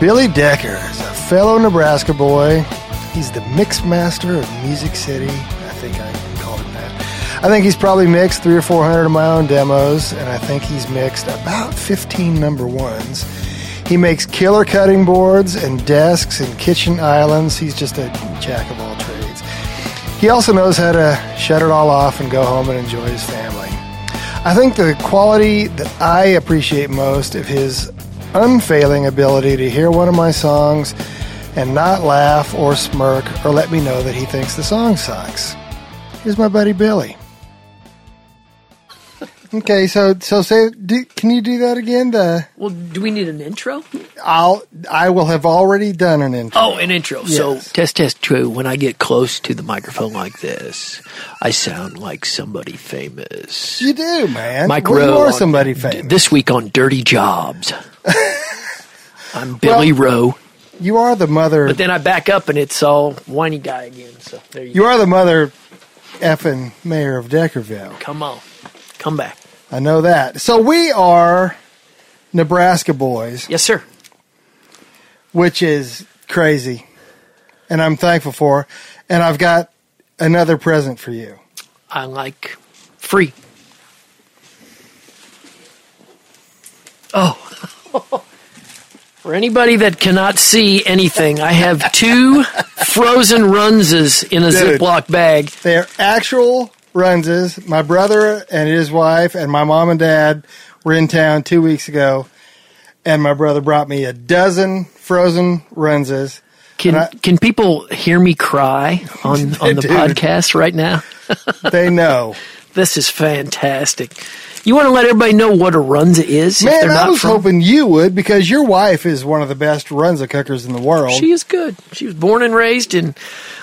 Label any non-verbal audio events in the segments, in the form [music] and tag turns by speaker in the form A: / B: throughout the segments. A: Billy Decker is a fellow Nebraska boy. He's the mix master of Music City. I think I called him that. I think he's probably mixed three or four hundred of my own demos, and I think he's mixed about 15 number ones. He makes killer cutting boards and desks and kitchen islands. He's just a jack of all trades. He also knows how to shut it all off and go home and enjoy his family. I think the quality that I appreciate most of his unfailing ability to hear one of my songs and not laugh or smirk or let me know that he thinks the song sucks. Here's my buddy
B: [laughs]
A: Billy. Okay, so so say, do, can you do that again? The
B: Well, do we need an intro?
A: I'll I will have already done an intro.
B: Oh, an intro. So,
A: Yes.
B: test, test, true. When I get close to the microphone like this, I sound like somebody famous.
A: You do, man.
B: Mike
A: Well, you
B: Rowe
A: are
B: on-
A: somebody famous.
B: This week on
A: [laughs]
B: Dirty Jobs, I'm Billy Rowe.
A: you are the mother.
B: But then I back up and it's all whiny guy again. So, there you,
A: you are the mother, effing mayor of Deckerville.
B: go. Come on. Come back.
A: I know that. So we are Nebraska boys.
B: Yes, sir.
A: which is crazy, and I'm thankful for. And I've got another present for you.
B: I like free. Oh. [laughs] For anybody that cannot see anything, I have two frozen runses in a
A: Dude.
B: Ziploc bag.
A: They are actual Runzes. My brother and his wife and my mom and dad were in town two weeks ago, and my brother brought me a dozen frozen Runzes.
B: Can
A: And I-
B: can people hear me cry
A: [laughs]
B: on, on the
A: Dude.
B: podcast right now?
A: They
B: [laughs]
A: know.
B: This is fantastic. You want to let everybody know what a runza is? if
A: Man,
B: they're
A: I
B: not
A: was
B: from-
A: hoping you would because your wife is one of the best Runza cookers in the world.
B: She is good. She was born and raised in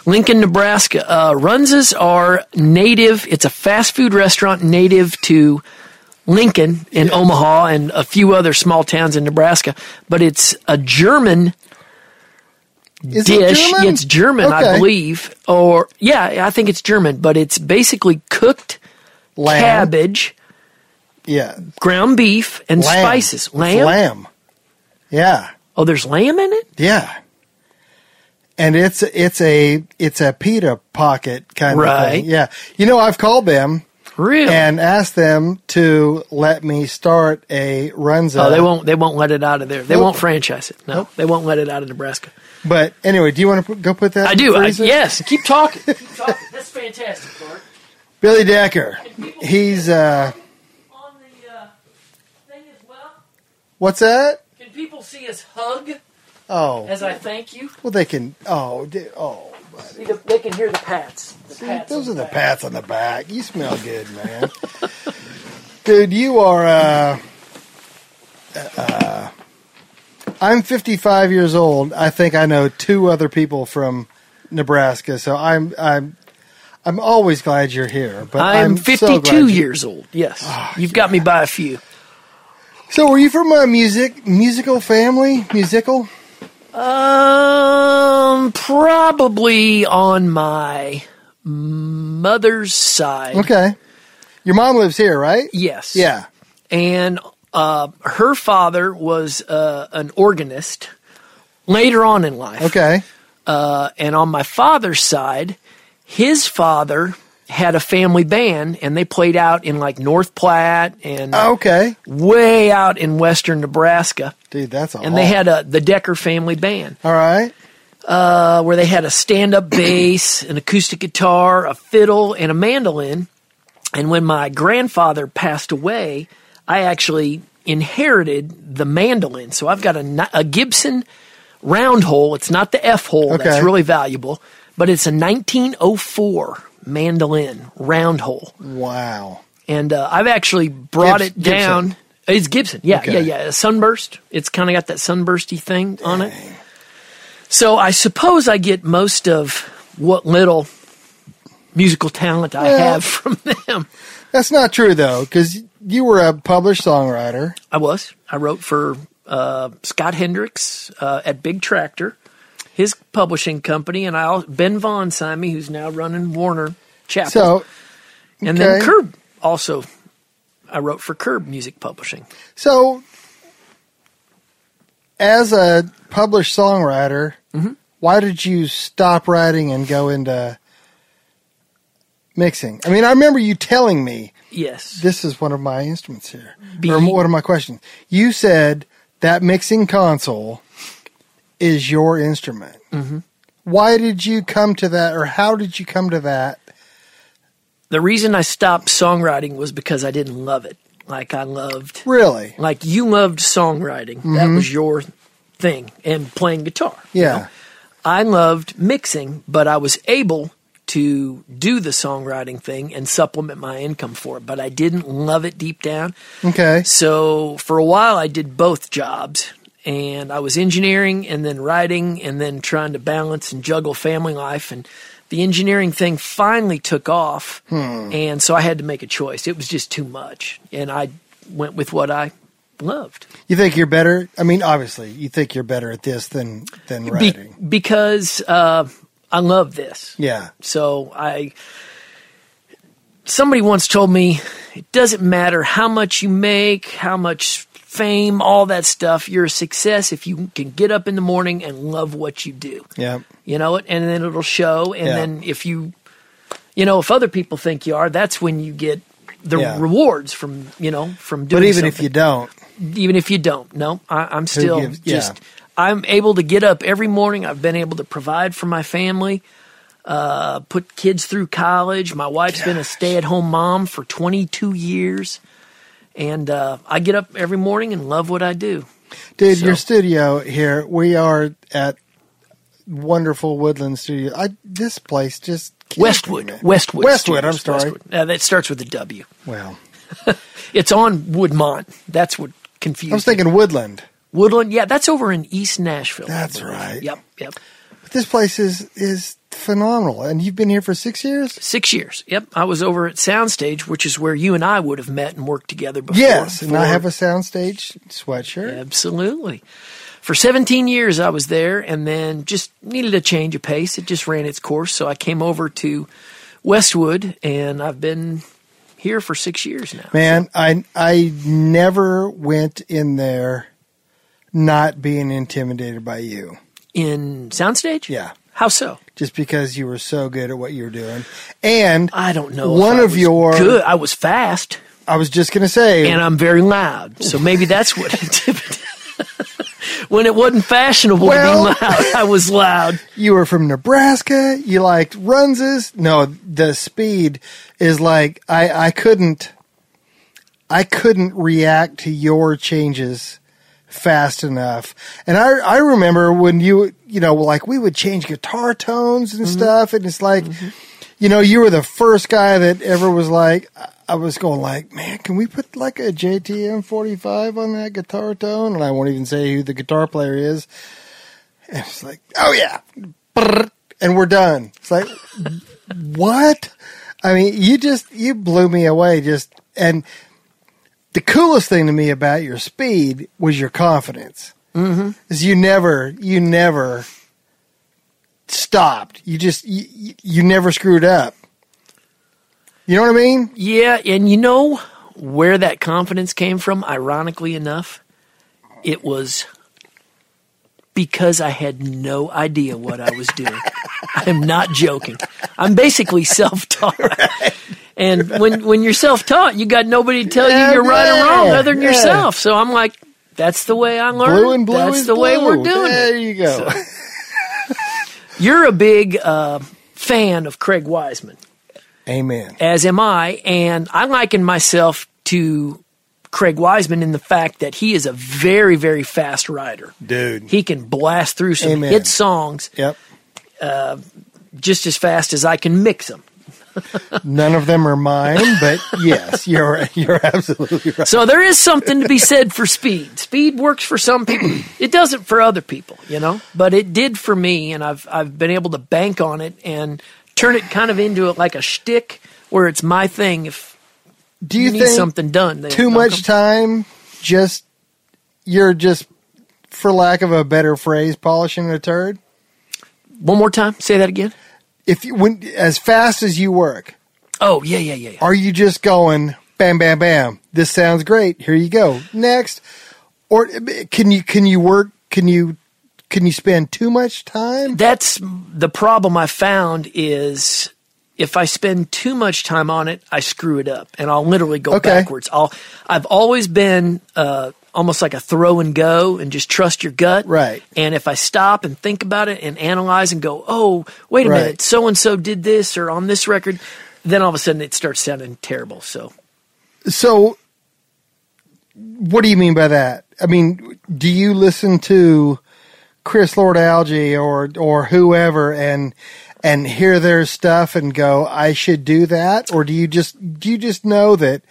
B: Lincoln, Nebraska. Uh, Runzas are native. It's a fast food restaurant native to Lincoln and Omaha and a few other small towns in Nebraska. But it's a German
A: is
B: dish. It's German,
A: Okay.
B: I believe. Or yeah, I think it's German. But it's basically cooked
A: Lamb.
B: cabbage,
A: Yeah.
B: ground beef, and
A: Lamb.
B: spices.
A: It's
B: Lamb.
A: Lamb. Yeah.
B: Oh, there's lamb in it.
A: Yeah. And it's it's a it's a pita pocket kind of
B: Right.
A: thing. Yeah. You know, I've called them
B: Really?
A: and asked them to let me start a runza.
B: Oh, they won't. They won't let it out of there. They
A: uh, Nope.
B: won't franchise it. No,
A: Nope.
B: they won't let it out of Nebraska.
A: But anyway, do you want to p- go put that?
B: I
A: in the
B: do. I,
A: freezer? [laughs]
B: yes. Keep talking. Keep talking. That's fantastic, Bart.
A: Billy Decker. He's uh,
B: On the uh, thing as well,
A: what's that?
B: can people see us hug
A: Oh,
B: as I thank you?
A: well, they can. Oh, di- oh,
B: See the, they can hear the pats. The
A: see,
B: pats
A: those are
B: on
A: the
B: back.
A: pats on the back. You smell good, man. [laughs] Dude, you are. Uh, uh, I'm 55 years old. I think I know two other people from Nebraska, so I'm I'm I'm always glad you're here. But
B: I'm,
A: so
B: 52
A: glad you- Ah,
B: years old. Yes, you've got me by a few.
A: So, were you from a music musical family? Musical?
B: Um, probably on my mother's side.
A: Okay. Your mom lives here, right?
B: Yes.
A: Yeah.
B: and uh, her father was uh, an organist later on in life.
A: Okay.
B: Uh, and on my father's side, his father had a family band, and they played out in like North Platte and
A: Okay.
B: way out in western Nebraska.
A: Dude, that's all.
B: And they had a the Decker family band
A: All right.
B: uh, where they had a stand up bass, an acoustic guitar, a fiddle, and a mandolin. And when my grandfather passed away, I actually inherited the mandolin. So I've got a, ni- a Gibson round hole. It's not the F hole,
A: Okay.
B: that's really valuable, but it's a 1904 mandolin round hole.
A: Wow.
B: And uh, I've actually brought
A: Gibs-
B: it down.
A: Gibson.
B: It's Gibson. Yeah,
A: Okay.
B: yeah, yeah. A sunburst. It's kind of got that sunbursty thing on it. So I suppose I get most of what little musical talent I
A: Well-
B: have [laughs] from them.
A: That's not true though, because you were a published songwriter.
B: I was. I wrote for uh, Scott Hendricks uh, at Big Tractor, his publishing company, and I al- Ben Vaughn signed me, who's now running Warner Chapel,
A: So,
B: and then
A: okay.
B: Curb also. I wrote for Curb Music Publishing.
A: so as a published songwriter, why did you stop writing and go into mixing? I mean, I remember you telling me
B: Yes,
A: this is one of my instruments here,
B: Be-
A: or one of my questions. You said that mixing console is your instrument. Why did you come to that, or how did you come to that?
B: the reason I stopped songwriting was because I didn't love it. Like I loved
A: Really?
B: like you loved songwriting. That was your thing and playing guitar. you
A: Yeah.
B: know? I loved mixing, but I was able to do the songwriting thing and supplement my income for it, but I didn't love it deep down.
A: Okay.
B: So for a while I did both jobs and I was engineering and then writing and then trying to balance and juggle family life and the engineering thing finally took off and so I had to make a choice. It was just too much and I went with what I loved.
A: You think you're better? I mean, obviously, you think you're better at this than than
B: Be-
A: writing.
B: because uh, I love this.
A: yeah.
B: So I somebody once told me it doesn't matter how much you make, how much fame, all that stuff, you're a success if you can get up in the morning and love what you do.
A: Yeah.
B: You know it and then it'll show and
A: Yeah.
B: then if you you know if other people think you are, that's when you get the
A: Yeah.
B: rewards from you know from doing
A: But even if
B: something
A: you don't,
B: even if you don't. No, I, I'm still
A: gives- yeah.
B: just. I'm able to get up every morning. I've been able to provide for my family, uh, put kids through college. My wife's been a stay-at-home mom for 22 years, and uh, I get up every morning and love what I do.
A: dude,
B: So-
A: your studio here, we are at wonderful Woodland Studio. I this place just kills me,
B: Westwood,
A: man.
B: Westwood,
A: Westwood.
B: Studios,
A: I'm sorry.
B: Westwood. Uh, that starts with a W.
A: Well,
B: It's on Woodmont. That's what confused.
A: I was thinking Woodland.
B: me. Woodland. Yeah, that's over in East Nashville. I
A: That's
B: believe.
A: right.
B: Yep, yep.
A: But this place is is phenomenal, and you've been here for six years.
B: Six years. Yep. I was over at Soundstage, which is where you and I would have met and worked together before.
A: Yes, and I
B: For-
A: have a soundstage sweatshirt.
B: Absolutely. For 17 years, I was there and then just needed a change of pace. It just ran its course. So I came over to Westwood and I've been here for six years now.
A: Man, I I never went in there not being intimidated by you.
B: In Soundstage?
A: Yeah.
B: How so?
A: Just because you were so good at what you were doing. And
B: I don't know. if
A: One
B: I
A: of
B: was
A: your-
B: Good. I was fast
A: I was just gonna say
B: and I'm very loud. So maybe that's what [laughs] intimidated When it wasn't fashionable
A: Well-
B: to be loud, I was loud.
A: you were from Nebraska, you liked runses. No, the speed is like I, I couldn't I couldn't react to your changes fast enough. And I I remember when you you know, like we would change guitar tones and stuff and it's like you know, you were the first guy that ever was like I- I was going like, man, can we put like a JTM 45 on that guitar tone? And I won't even say who the guitar player is. And it's like, oh yeah, Brrr. and we're done. It's like, what? I mean, you just you blew me away. Just and the coolest thing to me about your speed was your confidence. Mm-hmm. Is you never you never stopped. You just you, you- you never screwed up. You know what I mean?
B: Yeah, and you know where that confidence came from, ironically enough? It was because I had no idea what I was doing. [laughs] I'm not joking. I'm basically self-taught. And when when you're self-taught, you got nobody to tell
A: Yeah,
B: you you're right or wrong
A: yeah,
B: other than
A: yeah.
B: yourself. So I'm like, that's the way I learned.
A: Blue and blue
B: that's
A: is
B: the way we're
A: blue.
B: doing it.
A: There you go.
B: You're a big uh, fan of Craig Wiseman.
A: Amen.
B: as am I, and I liken myself to Craig Wiseman in the fact that he is a very, very fast rider.
A: Dude.
B: He can blast through some
A: Amen.
B: hit songs
A: Yep.
B: just as fast as I can mix them.
A: None of them are mine,
B: [laughs]
A: but yes, you're you're absolutely right.
B: So there is something to be said for speed. Speed works for some people. It doesn't for other people, you know. But it did for me, and I've I've been able to bank on it and turn it kind of into like a shtick where it's my thing. If
A: Do
B: you,
A: you,
B: need
A: think
B: something done, then
A: too
B: I'll
A: much
B: come-
A: time just you're just for lack of a better phrase polishing a turd?
B: One more time. Say that again.
A: If you when as fast as you work,
B: Oh yeah yeah yeah. yeah.
A: are you just going bam bam bam this sounds great here you go next or uh, can you can you work can you can you spend too much time
B: That's the problem I found is if I spend too much time on it, I screw it up, and I'll literally go
A: Okay.
B: backwards. I'll I've always been uh, almost like a throw and go, and just trust your gut.
A: Right.
B: And if I stop and think about it and analyze and go, oh, wait a
A: Right.
B: minute, so and so did this or on this record, then all of a sudden it starts sounding terrible. So
A: so what do you mean by that i mean do you listen to chris lord algie or or whoever and and hear their stuff and go i should do that or do you just do you just know that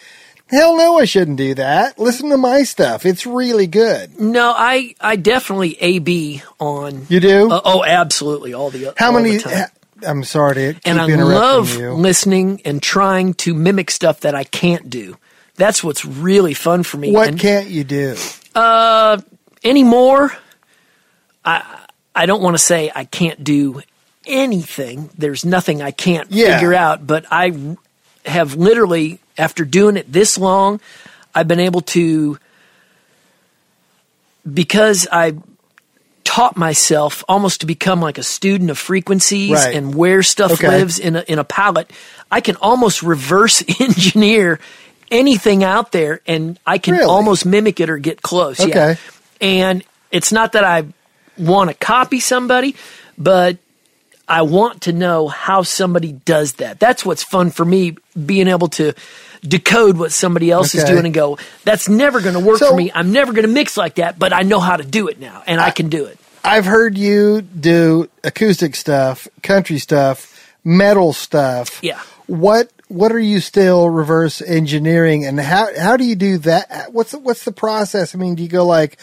A: hell no i shouldn't do that listen to my stuff it's really good
B: no, I I definitely a b on.
A: you do
B: Uh, oh, absolutely, all the
A: How
B: all
A: many?
B: The time.
A: I'm sorry to keep
B: and I
A: interrupting
B: love
A: you.
B: listening and trying to mimic stuff that I can't do. That's what's really fun for me.
A: What
B: and
A: can't you do?
B: anymore, I I don't want to say I can't do anything. There's nothing I can't
A: Yeah.
B: figure out. But I have literally, after doing it this long, I've been able to because I taught myself almost to become like a student of frequencies
A: Right.
B: and where stuff
A: Okay.
B: lives in a, in a palette. I can almost reverse [laughs] engineer anything out there, and I can
A: Really?
B: almost mimic it or get close. Yeah.
A: Okay.
B: And it's not that I want to copy somebody, but I want to know how somebody does that. That's what's fun for me, being able to decode what somebody else is
A: Okay.
B: doing and go, that's never going to work
A: So-
B: for me. I'm never going to mix like that, but I know how to do it now and I, can do it.
A: I've heard you do acoustic stuff, country stuff, metal stuff.
B: Yeah.
A: What What are you still reverse engineering, and how how do you do that? What's the, What's the process? I mean, do you go like,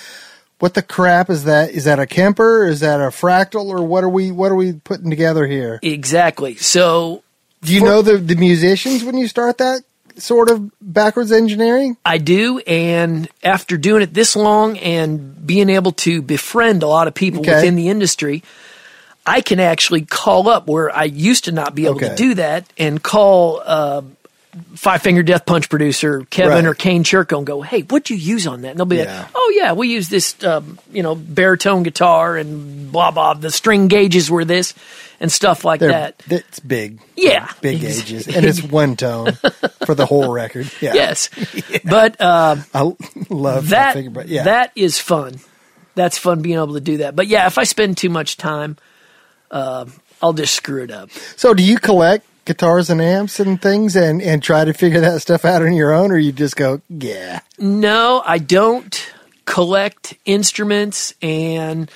A: what the crap is that? Is that a Kemper? Is that a fractal? Or what are we What are we putting together here?
B: Exactly. So
A: Do you know the the musicians when you start that sort of backwards engineering?
B: I do. And after doing it this long and being able to befriend a lot of people
A: Okay.
B: within the industry, I can actually call up where I used to not be able
A: Okay.
B: to do that and call uh, Five Finger Death Punch producer
A: Right.
B: Kevin or Kane Churko and go, hey, what'd you use on that? And they'll be
A: Yeah.
B: like, oh, yeah, we use this, um, you know, baritone guitar and blah, blah. The string gauges were this and stuff like
A: They're,
B: that.
A: That's big.
B: Yeah.
A: Big
B: [laughs] Ex-
A: gauges. And it's one tone for the whole
B: [laughs]
A: record. Yeah.
B: Yes. But uh,
A: I [laughs] love that.
B: that
A: Thing, but yeah.
B: that is fun. That's fun being able to do that. But yeah, if I spend too much time, uh, I'll just screw it up.
A: so do you collect guitars and amps and things and, and try to figure that stuff out on your own or you just go, yeah.
B: No, I don't collect instruments and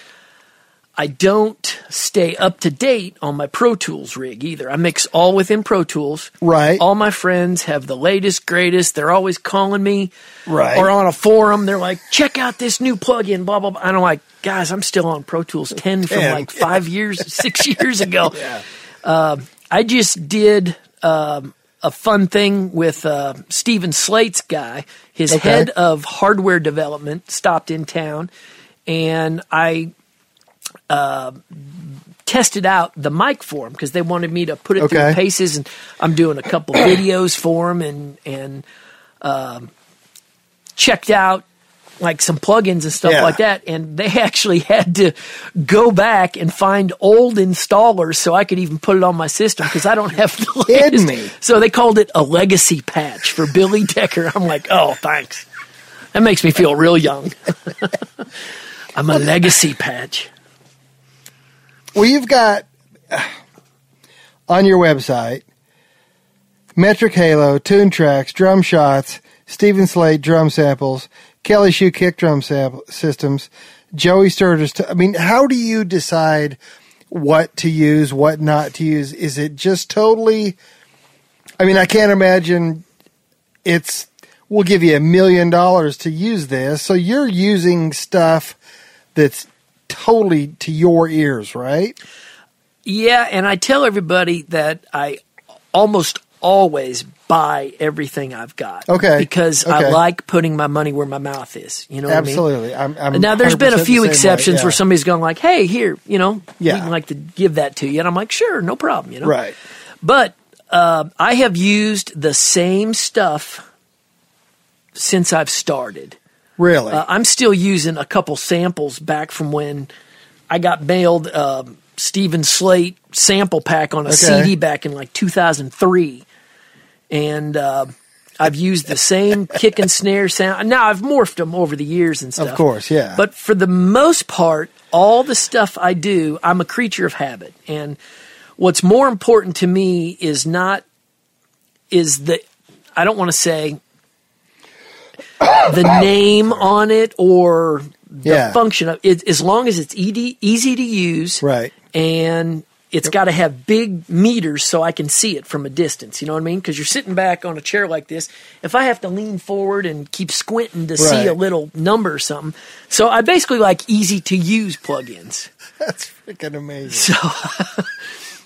B: I don't stay up to date on my Pro Tools rig either. I mix all within Pro Tools.
A: Right.
B: All my friends have the latest, greatest. They're always calling me.
A: Right.
B: Or on a forum, they're like, check out this new plugin, blah, blah, blah. And I'm like, guys, I'm still on
A: [laughs]
B: Pro Tools 10 from
A: 10.
B: like
A: [laughs]
B: five years, six years ago. Um, I just did um, a fun thing with uh, Steven Slate's guy. His
A: Okay.
B: head of hardware development stopped in town, and I uh, tested out the mic for him because they wanted me to put it
A: Okay.
B: through paces, and I'm doing a
A: [clears throat]
B: couple videos for him and and um, checked out like some plugins and stuff
A: Yeah.
B: like that. And they [laughs] actually had to go back and find old installers so I could even put it on my system because I don't have the
A: Kidding
B: latest.
A: me.
B: So they called it a legacy patch for Billy Decker. I'm like, oh, thanks. That makes me feel real young. [laughs] I'm a legacy patch.
A: Well, you've got [sighs] uh, on your website Metric Halo, Tune Tracks, Drum Shots, Steven Slate drum samples, Kelly Shoe kick drum sample systems, Joey Sturgis. t- I mean, how do you decide what to use, what not to use? Is it just totally I mean, I can't imagine it's. We'll give you a million dollars to use this. So you're using stuff that's totally to your ears, right?
B: Yeah, and I tell everybody that I almost always buy everything I've got.
A: Okay.
B: Because I
A: Okay.
B: like putting my money where my mouth is. You know what I mean?
A: Absolutely. I am I'm
B: now there's been a
A: 100%
B: few
A: the same way,
B: exceptions
A: yeah.
B: where somebody's gone like, "Hey, here, you know,
A: Yeah.
B: we can like to give that to you," and I'm like, "Sure, no problem," you
A: [laughs]
B: know.
A: Right.
B: But uh, I have used the same stuff since I've started.
A: Really?
B: Uh, I'm still using a couple samples back from when I got mailed um Stephen Slate sample pack on a CD back in like 2003, and uh, I've used the same kick and snare sound. Now I've morphed them over the years and stuff.
A: Of course, yeah.
B: But for the most part, all the stuff I do, I'm a creature of habit, and what's more important to me is not is the I don't want to say the name on it or the
A: Yeah.
B: function of it as long as it's ed, easy to use
A: Right. [laughs]
B: and it's got to have big meters so I can see it from a distance. You know what I mean? Because you're sitting back on a chair like this. If I have to lean forward and keep squinting to see
A: Right.
B: a little number or something, so I basically like easy to use plugins,
A: That's freaking amazing.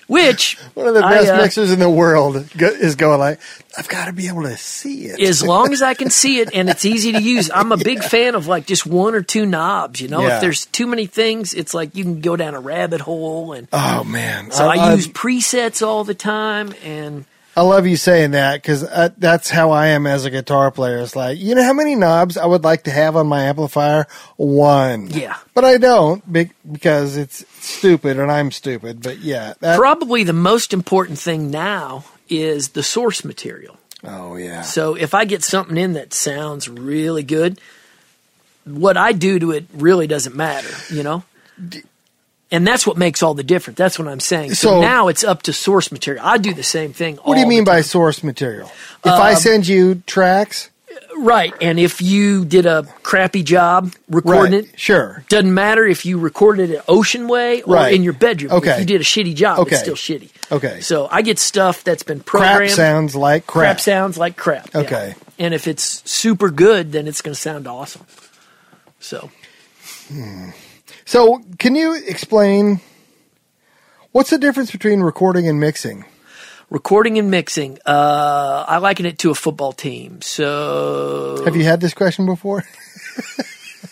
B: which
A: One of the
B: I,
A: best
B: uh,
A: mixers in the world go, is going like, I've got to be able to see it.
B: as long as I can see it and it's easy to use.
A: [laughs]
B: I'm a big fan of like just one or two knobs. You know,
A: Yeah.
B: if there's too many things, it's like you can go down a rabbit hole. And
A: oh man,
B: so I,
A: I
B: use presets all the time. And
A: I love you saying that because that's how I am as a guitar player. It's like, you know how many knobs I would like to have on my amplifier? One.
B: Yeah.
A: But I don't be- because it's stupid and I'm stupid. But yeah. That,
B: probably the most important thing now is the source material.
A: oh, yeah.
B: So if I get something in that sounds really good, what I do to it really doesn't matter, you know? And that's what makes all the difference. That's what I'm saying. So,
A: So-
B: now it's up to source material. I do the same thing.
A: What do you mean by source material? If
B: Um,
A: I send you tracks,
B: Right. And if you did a crappy job
A: right?
B: recording it,
A: Sure.
B: doesn't matter if you recorded it ocean way or
A: Right.
B: in your bedroom. If
A: Okay.
B: you did a shitty job,
A: Okay.
B: it's still shitty.
A: Okay.
B: So I get stuff that's been
A: crap
B: programmed.
A: sounds like crap.
B: crap sounds like crap. yeah.
A: Okay.
B: And if it's super good, then it's going to sound awesome. So,
A: so, can you explain what's the difference between recording and mixing?
B: recording and mixing, uh, I liken it to a football team. So,
A: Have you had this question before?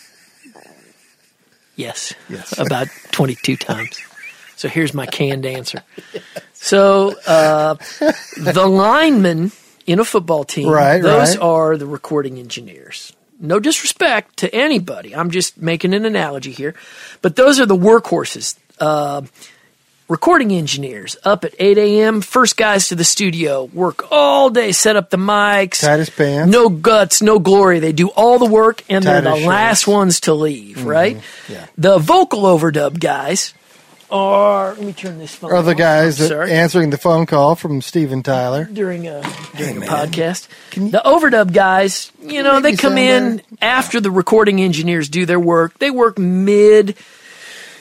A: [laughs]
B: yes,
A: Yes.
B: [laughs] about 22 times. So, here's my
A: [laughs]
B: canned answer. So, uh, the linemen in a football team,
A: Right,
B: those
A: right.
B: are the recording engineers. No disrespect to anybody. I'm just making an analogy here. But those are the workhorses. Uh, recording engineers up at 8 a.m. First guys to the studio, work all day, set up the mics.
A: Tight as pants.
B: No guts, no glory. They do all the work and
A: Tight
B: they're
A: as
B: the
A: shorts.
B: last ones to leave, right?
A: Mm-hmm. Yeah.
B: The vocal overdub guys are, let me turn this phone
A: Are the
B: off.
A: guys
B: I'm
A: that
B: sorry.
A: answering the phone call from Steven Tyler?
B: during a during a
A: man.
B: podcast. the overdub guys, you know,
A: make
B: they
A: me
B: come
A: sound
B: in after the recording engineers do their work. They work mid.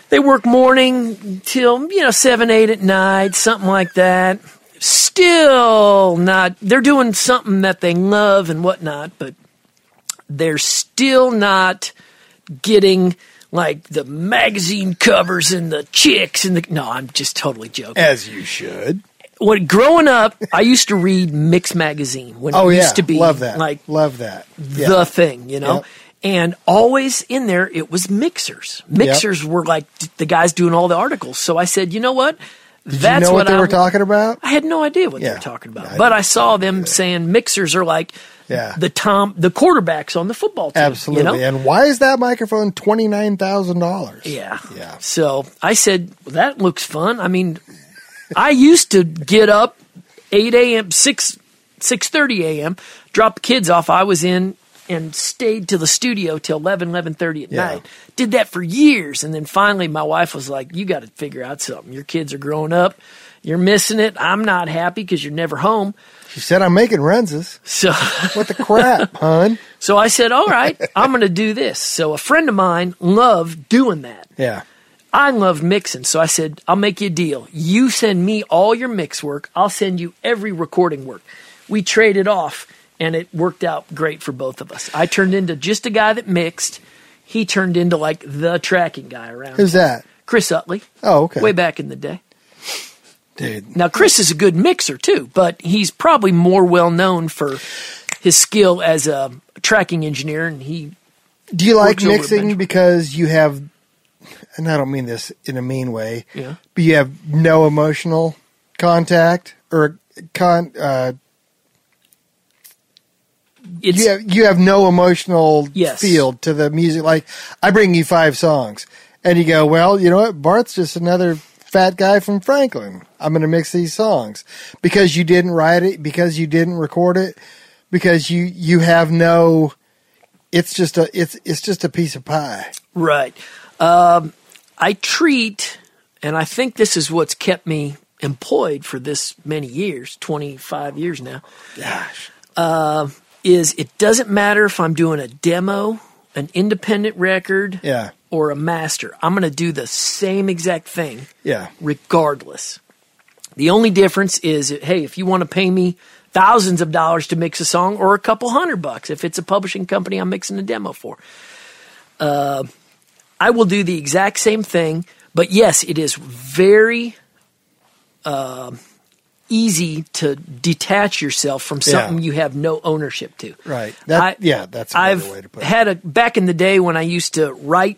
B: They work morning till you know seven, eight at night, something like that. Still not. They're doing something that they love and whatnot, but they're still not getting like the magazine covers and the chicks and the. No, I'm just totally joking
A: As you should.
B: when growing up, I used to read Mix magazine when
A: Oh
B: it
A: yeah,
B: used to be
A: love that.
B: like
A: love that. Yeah.
B: the thing, you know.
A: Yep.
B: And always in there, it was mixers. Mixers were like d- the guys doing all the articles. So I said, you know what?
A: Do you know what, they
B: I,
A: were talking about?
B: I had no idea what they
A: Yeah.
B: were talking about,
A: I
B: but I saw them saying mixers are like
A: Yeah.
B: the tom the quarterbacks on the football team. you know?
A: Absolutely. And why is that microphone twenty nine thousand dollars?
B: Yeah.
A: Yeah.
B: So I said, well, that looks fun. I mean, I used to get up 8 a.m., 6, 6.30 a.m., drop the kids off. I was in and stayed to the studio till 11, 11.30 at
A: Yeah.
B: night. Did that for years. And then finally my wife was like, you got to figure out something. Your kids are growing up. You're missing it. I'm not happy because you're never home.
A: She said I'm making Renses.
B: So [laughs]
A: What the crap, hun?
B: so I said, all right, I'm going to do this. So a friend of mine loved doing that.
A: Yeah.
B: I loved mixing, so I said, I'll make you a deal. You send me all your mix work, I'll send you every recording work. We traded off, and it worked out great for both of us. I turned into just a guy that mixed. He turned into like the tracking guy around.
A: Who's that?
B: Chris Utley,
A: Oh, okay.
B: way back in the day.
A: Dude.
B: Now, Chris is a good mixer too, but he's probably more well known for his skill as a tracking engineer, and he
A: Do you like
B: Works over
A: mixing
B: bench.
A: because you have, and I don't mean this in a mean way,
B: Yeah.
A: but you have no emotional contact or con, uh,
B: it's
A: you have, you have no emotional
B: Yes.
A: field to the music. Like I bring you five songs and you go, well, you know what? Bart's just another fat guy from Franklin. I'm going to mix these songs because you didn't write it, because you didn't record it, because you, you have no, it's just a, it's, it's just a piece of pie.
B: Right. Um, I treat, and I think this is what's kept me employed for this many years 25 years now
A: Gosh.
B: is it doesn't matter if I'm doing a demo, an independent record,
A: Yeah.
B: or a master. I'm going to do the same exact thing
A: Yeah.
B: regardless. The only difference is, hey, if you want to pay me thousands of dollars to mix a song or a couple hundred bucks, if it's a publishing company I'm mixing a demo for, uh, I will do the exact same thing. But yes, it is very um, easy to detach yourself from
A: Yeah.
B: something you have no ownership to.
A: Right. That,
B: I-
A: yeah, that's a
B: I've
A: better way to put it.
B: had a back in the day when I used to write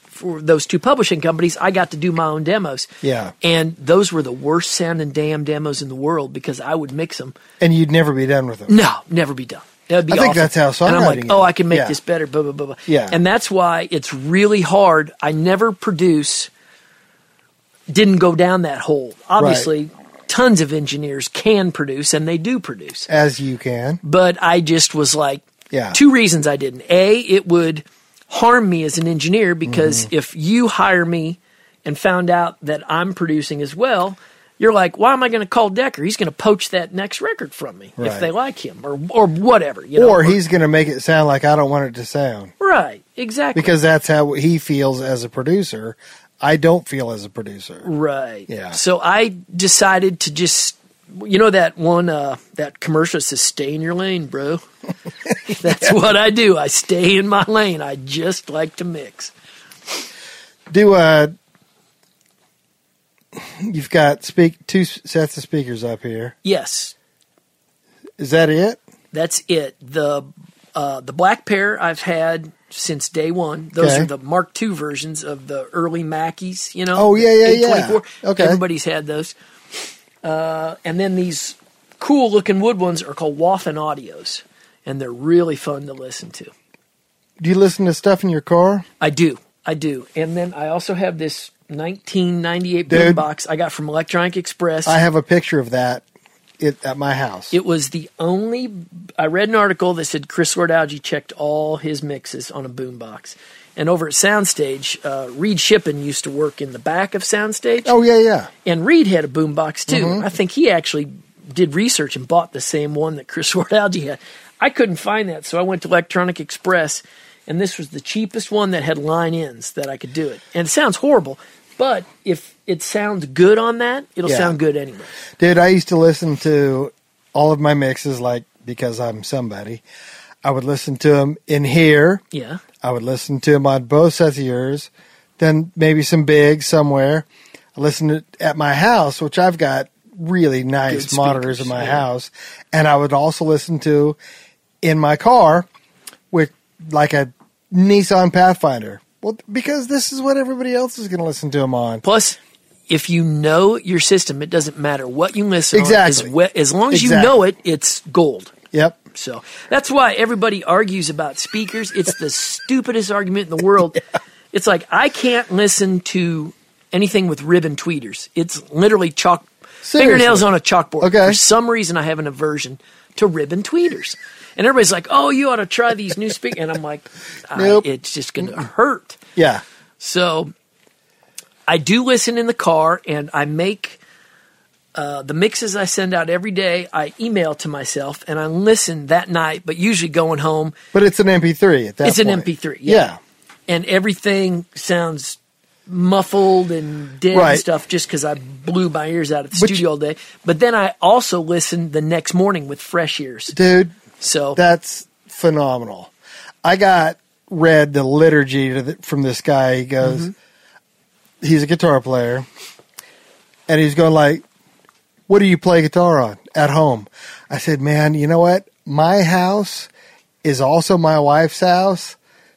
B: for those two publishing companies, I got to do my own demos.
A: Yeah.
B: And those were the worst sounding damn demos in the world because I would mix them.
A: And you'd never be done with them.
B: No, never be done. That'd be
A: I think
B: awful.
A: that's how
B: And I'm
A: songwriting
B: like, oh,
A: is.
B: I can make
A: Yeah.
B: this better. Blah blah blah blah.
A: Yeah.
B: And that's why it's really hard. I never produce. Didn't go down that hole. Obviously, tons of engineers can produce, and they do produce
A: As you can.
B: but I just was like,
A: Yeah.
B: two reasons I didn't. A, it would harm me as an engineer because
A: Mm-hmm.
B: if you hire me and found out that I'm producing as well, you're like, why am I going to call Decker? He's going to poach that next record from me
A: Right.
B: if they like him or or whatever. You know?
A: Or he's going to make it sound like I don't want it to sound
B: right, exactly,
A: because that's how he feels as a producer. I don't feel as a producer.
B: right.
A: Yeah.
B: So I decided to just. You know that one uh, that commercial that says "Stay in your lane,
A: [laughs]
B: bro." That's what I do. I stay in my lane. I just like to mix.
A: Do uh You've got speak two sets of speakers up here.
B: Yes,
A: Is that it?
B: That's it. The uh, the black pair I've had since day one. Those
A: Okay.
B: are the Mark II versions of the early Mackeys. You know.
A: Oh, yeah, yeah, yeah.
B: 824.
A: Okay.
B: Everybody's had those. Uh, and then these cool looking wood ones are called Waffen Audios, and they're really fun to listen to.
A: Do you listen to stuff in your car?
B: I do, I do. And then I also have this 1998
A: Dude.
B: boombox I got from Electronic Express.
A: I have a picture of that it, at my house.
B: It was the only. I read an article that said Chris Wardowski checked all his mixes on a boombox. And over at Soundstage, uh, Reed Shippen used to work in the back of Soundstage.
A: oh Mm-hmm. yeah, yeah.
B: And Reed had a boombox too. I think he actually did research and bought the same one that Chris [laughs] Wardowski had. I couldn't find that, so I went to Electronic Express, and this was the cheapest one that had line ins that I could do it. And it sounds horrible, but if it sounds good on that, it'll
A: Yeah.
B: sound good anyway.
A: Dude, I used to listen to all of my mixes like because I'm somebody. I would listen to them in here.
B: Yeah.
A: I would listen to them on both sets of yours, then maybe some big somewhere. I listened to at my house, which I've got really nice
B: Good
A: monitors in
B: speakers,
A: my
B: yeah.
A: house, and I would also listen to in my car with like a Nissan Pathfinder. Well, because this is what everybody else is going to listen to them on.
B: Plus, if you know your system, it doesn't matter what you listen
A: Exactly.
B: on. As, we- as long as
A: Exactly.
B: you know it, it's gold.
A: Yep.
B: So that's why everybody argues about speakers.
A: [laughs]
B: It's the stupidest argument in the world. It's like I can't listen to anything with ribbon tweeters. It's literally chalk
A: Seriously.
B: fingernails on a chalkboard.
A: Okay.
B: For some reason, I have an aversion to ribbon tweeters. And everybody's like, "Oh, you ought to try these new speakers." And I'm like, I-
A: Nope.
B: "It's just going to hurt."
A: Yeah.
B: So I do listen in the car and I make uh, the mixes I send out every day. I email to myself and I listen that night, but usually going home
A: But it's an MP3 at that
B: It's an
A: point.
B: MP3,
A: yeah.
B: yeah. and everything sounds muffled and dead
A: Right.
B: and stuff just because I blew my ears out at the
A: But
B: studio all day. But then I also listened the next morning with fresh ears.
A: dude.
B: So
A: That's phenomenal. I got read the liturgy to the, from this guy. He goes, he's a guitar player, and he's going like, "What do you play guitar on at home?" I said, "Man, you know what? My house is also my wife's house."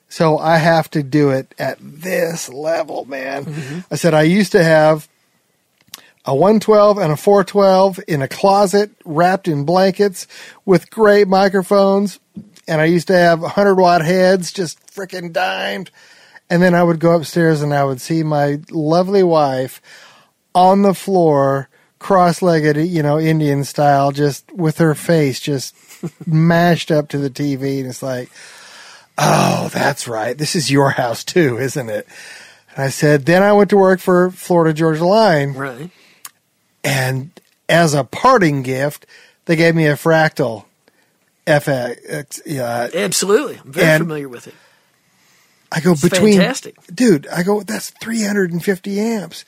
A: So I have to do it at this level, man. I said I used to have a 112 and a 412 in a closet wrapped in blankets with great microphones. And I used to have 100 watt heads just freaking dimed. And then I would go upstairs and I would see my lovely wife on the floor, cross legged, you know, Indian style, just with her face just [laughs] mashed up to the TV. And it's like, oh, that's right. This is your house too, isn't it? And I said, then I went to work for Florida Georgia Line.
B: right,
A: And as a parting gift, they gave me a fractal FX. Yeah.
B: absolutely, I'm very
A: And-
B: familiar with it.
A: I go between,
B: fantastic.
A: dude. I go. That's 350 amps,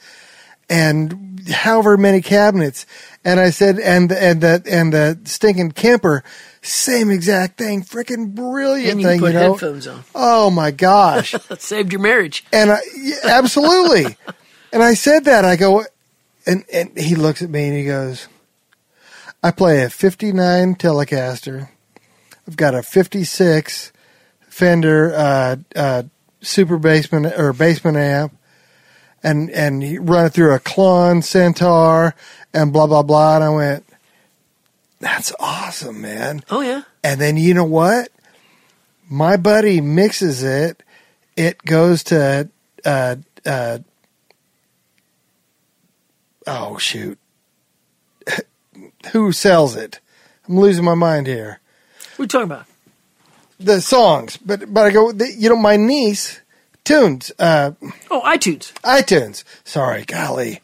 A: and however many cabinets. And I said, and and the and the stinking Kemper, same exact thing. Freaking brilliant
B: And you
A: thing,
B: put
A: you know.
B: headphones on.
A: Oh my gosh.
B: That saved your marriage.
A: And I, yeah, absolutely. and I said that. I go, and, and he looks at me and he goes, I play a 59 Telecaster. I've got a 56 Fender uh, uh, Super Basement or Basement amp. And, and he run it through a Klon Centaur and blah, blah, blah. And I went, that's awesome, man.
B: Oh yeah,
A: And then you know what? My buddy mixes it. It goes to uh uh oh shoot. [laughs] Who sells it? I'm losing my mind here.
B: what are you talking about?
A: The songs, but but I go the, you know my niece tunes uh
B: Oh, iTunes.
A: iTunes. Sorry, golly.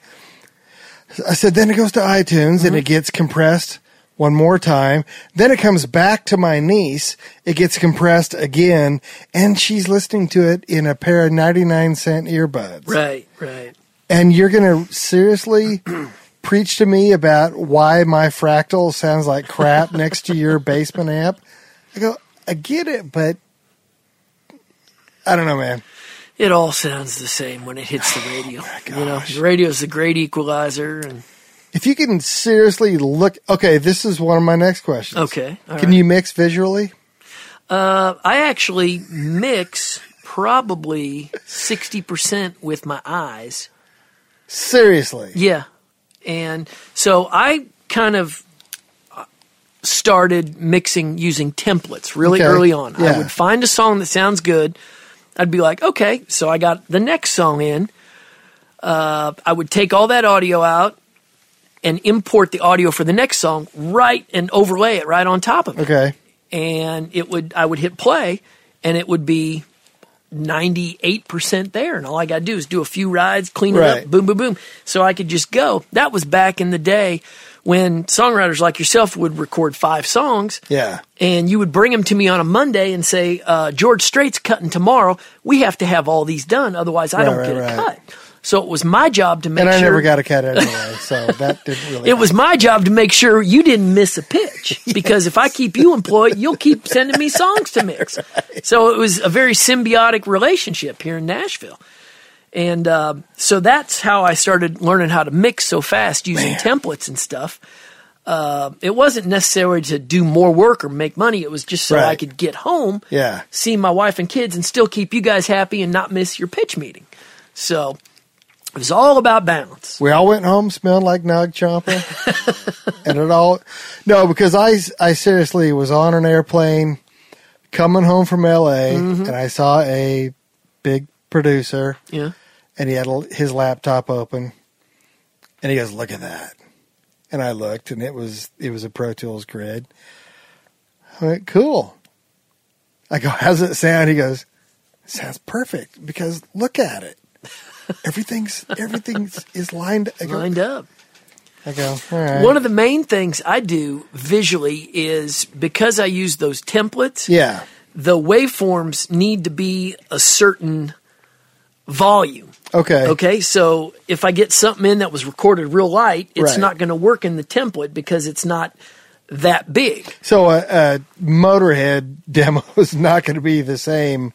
A: I said, then it goes to iTunes and it gets compressed one more time. Then it comes back to my niece. It gets compressed again and she's listening to it in a pair of 99 cent earbuds.
B: Right, right.
A: And you're going to seriously preach to me about why my fractal sounds like crap next to your basement amp. I go, I get it, but I don't know, man.
B: It all sounds the same when
A: [sighs]
B: it hits the radio. you know,
A: Oh gosh.
B: the radio's the great equalizer. And
A: If you can seriously look, okay, this is one of my next questions.
B: okay, all
A: Can
B: right.
A: you mix visually?
B: Uh, I actually mix probably sixty percent with my eyes.
A: Seriously.
B: Yeah. And so I kind of uh, started mixing using templates really
A: Okay.
B: early on.
A: Yeah.
B: I would find a song that sounds good. I'd be like, okay, so I got the next song in. Uh, I would take all that audio out and import the audio for the next song right and overlay it right on top of it
A: Okay.
B: and it would I would hit play and it would be 98% there and all I got to do is do a few rides, clean it
A: Right.
B: up, boom boom boom. So I could just go. That was back in the day when songwriters like yourself would record 5 songs
A: Yeah.
B: and you would bring them to me on a Monday and say, uh, George Strait's cutting tomorrow. We have to have all these done, otherwise I
A: Right,
B: don't
A: right,
B: get a
A: right.
B: cut. So it was my job to make
A: And I
B: sure
A: never got a cut
B: [laughs]
A: anyway, so that didn't really.
B: it was my job to make sure you didn't miss a pitch
A: [laughs]
B: because if I keep you employed, you'll keep sending me songs to mix. So it was a very symbiotic relationship here in Nashville. And uh, so that's how I started learning how to mix so fast using templates and stuff. Uh, it wasn't necessary to do more work or make money. It was just so I
A: Right.
B: could get home,
A: Yeah.
B: see my wife and kids, and still keep you guys happy and not miss your pitch meeting. So it was all about balance.
A: We all went home smelling like Nog
B: [laughs]
A: Chompa. and it all. No, because I, I seriously was on an airplane coming home from LA
B: Mm-hmm.
A: and I saw a big producer
B: Yeah.
A: and he had a- his laptop open and he goes look at that and i looked and it was it was a pro tools grid i went cool i go how's it sound he goes sounds perfect because look at
B: [laughs]
A: it everything's everything's is lined I go,
B: Lined up.
A: I go all right
B: One of the main things I do visually is because I use those templates,
A: yeah
B: the waveforms need to be a certain volume.
A: Okay.
B: Okay, so if I get something in that was recorded real light, it's
A: Right.
B: not going to work in the template because it's not that big.
A: So a, a Motorhead [laughs] demo is not going to be the same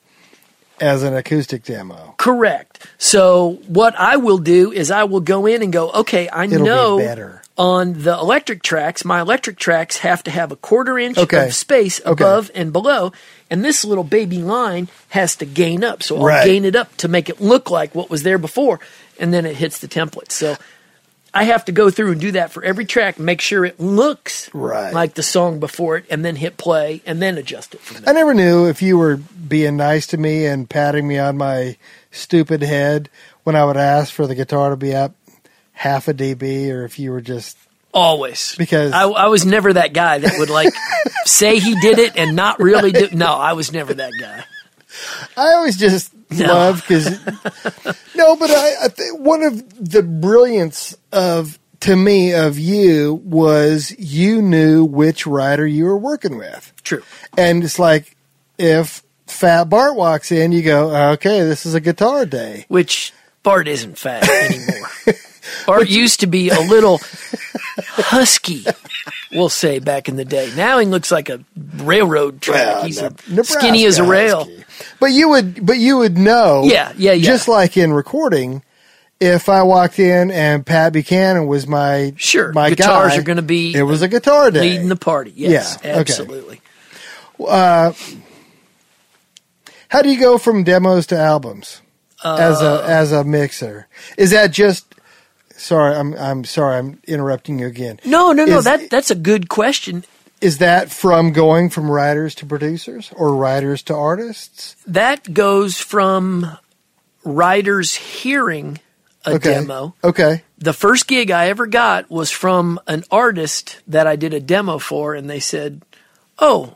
A: as an acoustic demo.
B: Correct. So what I will do is I will go in and go, okay, I
A: It'll be
B: know
A: better.
B: on the electric tracks, my electric tracks have to have a quarter inch
A: Okay.
B: of space
A: Okay.
B: above and below, and this little baby line has to gain up. So I'll
A: Right.
B: gain it up to make it look like what was there before, and then it hits the template. So I have to go through and do that for every track, make sure it looks
A: Right.
B: like the song before it, and then hit play and then adjust it from there.
A: I never knew if you were being nice to me and patting me on my stupid head when I would ask for the guitar to be up half a dB or if you were just
B: Always.
A: Because-
B: I, I was never that guy that would like [laughs] say he did it and not really do. No, I was never that guy.
A: I always just love 'cause love because no, but I, I th- one of the brilliance of to me of you was you knew which writer you were working with.
B: True.
A: And it's like if Fat Bart walks in, you go, okay, this is a guitar day.
B: Which Bart
A: [laughs]
B: isn't fat anymore. Bart used to be a little husky, we'll say back in the day. Now he looks like a railroad track. He's
A: Uh,
B: a,
A: Ne-
B: skinny as a
A: Nebraska
B: rail.
A: Husky. But you would, but you would know.
B: Yeah, yeah, yeah.
A: Just like in recording, if I walked in and Pat Buchanan was my
B: Sure,
A: my
B: guitars
A: guy,
B: are gonna be
A: it was a guitar day.
B: Leading the party. Yes,
A: Yeah, okay.
B: absolutely.
A: Uh, How do you go from demos to albums as
B: Uh,
A: a as a mixer? Is that just sorry? I'm I'm sorry. I'm interrupting you again.
B: No, no, no.
A: Is-
B: that that's a good question.
A: Is that from going from writers to producers or writers to artists?
B: That goes from writers hearing a
A: Okay.
B: demo.
A: Okay.
B: the first gig I ever got was from an artist that I did a demo for, and they said, "Oh,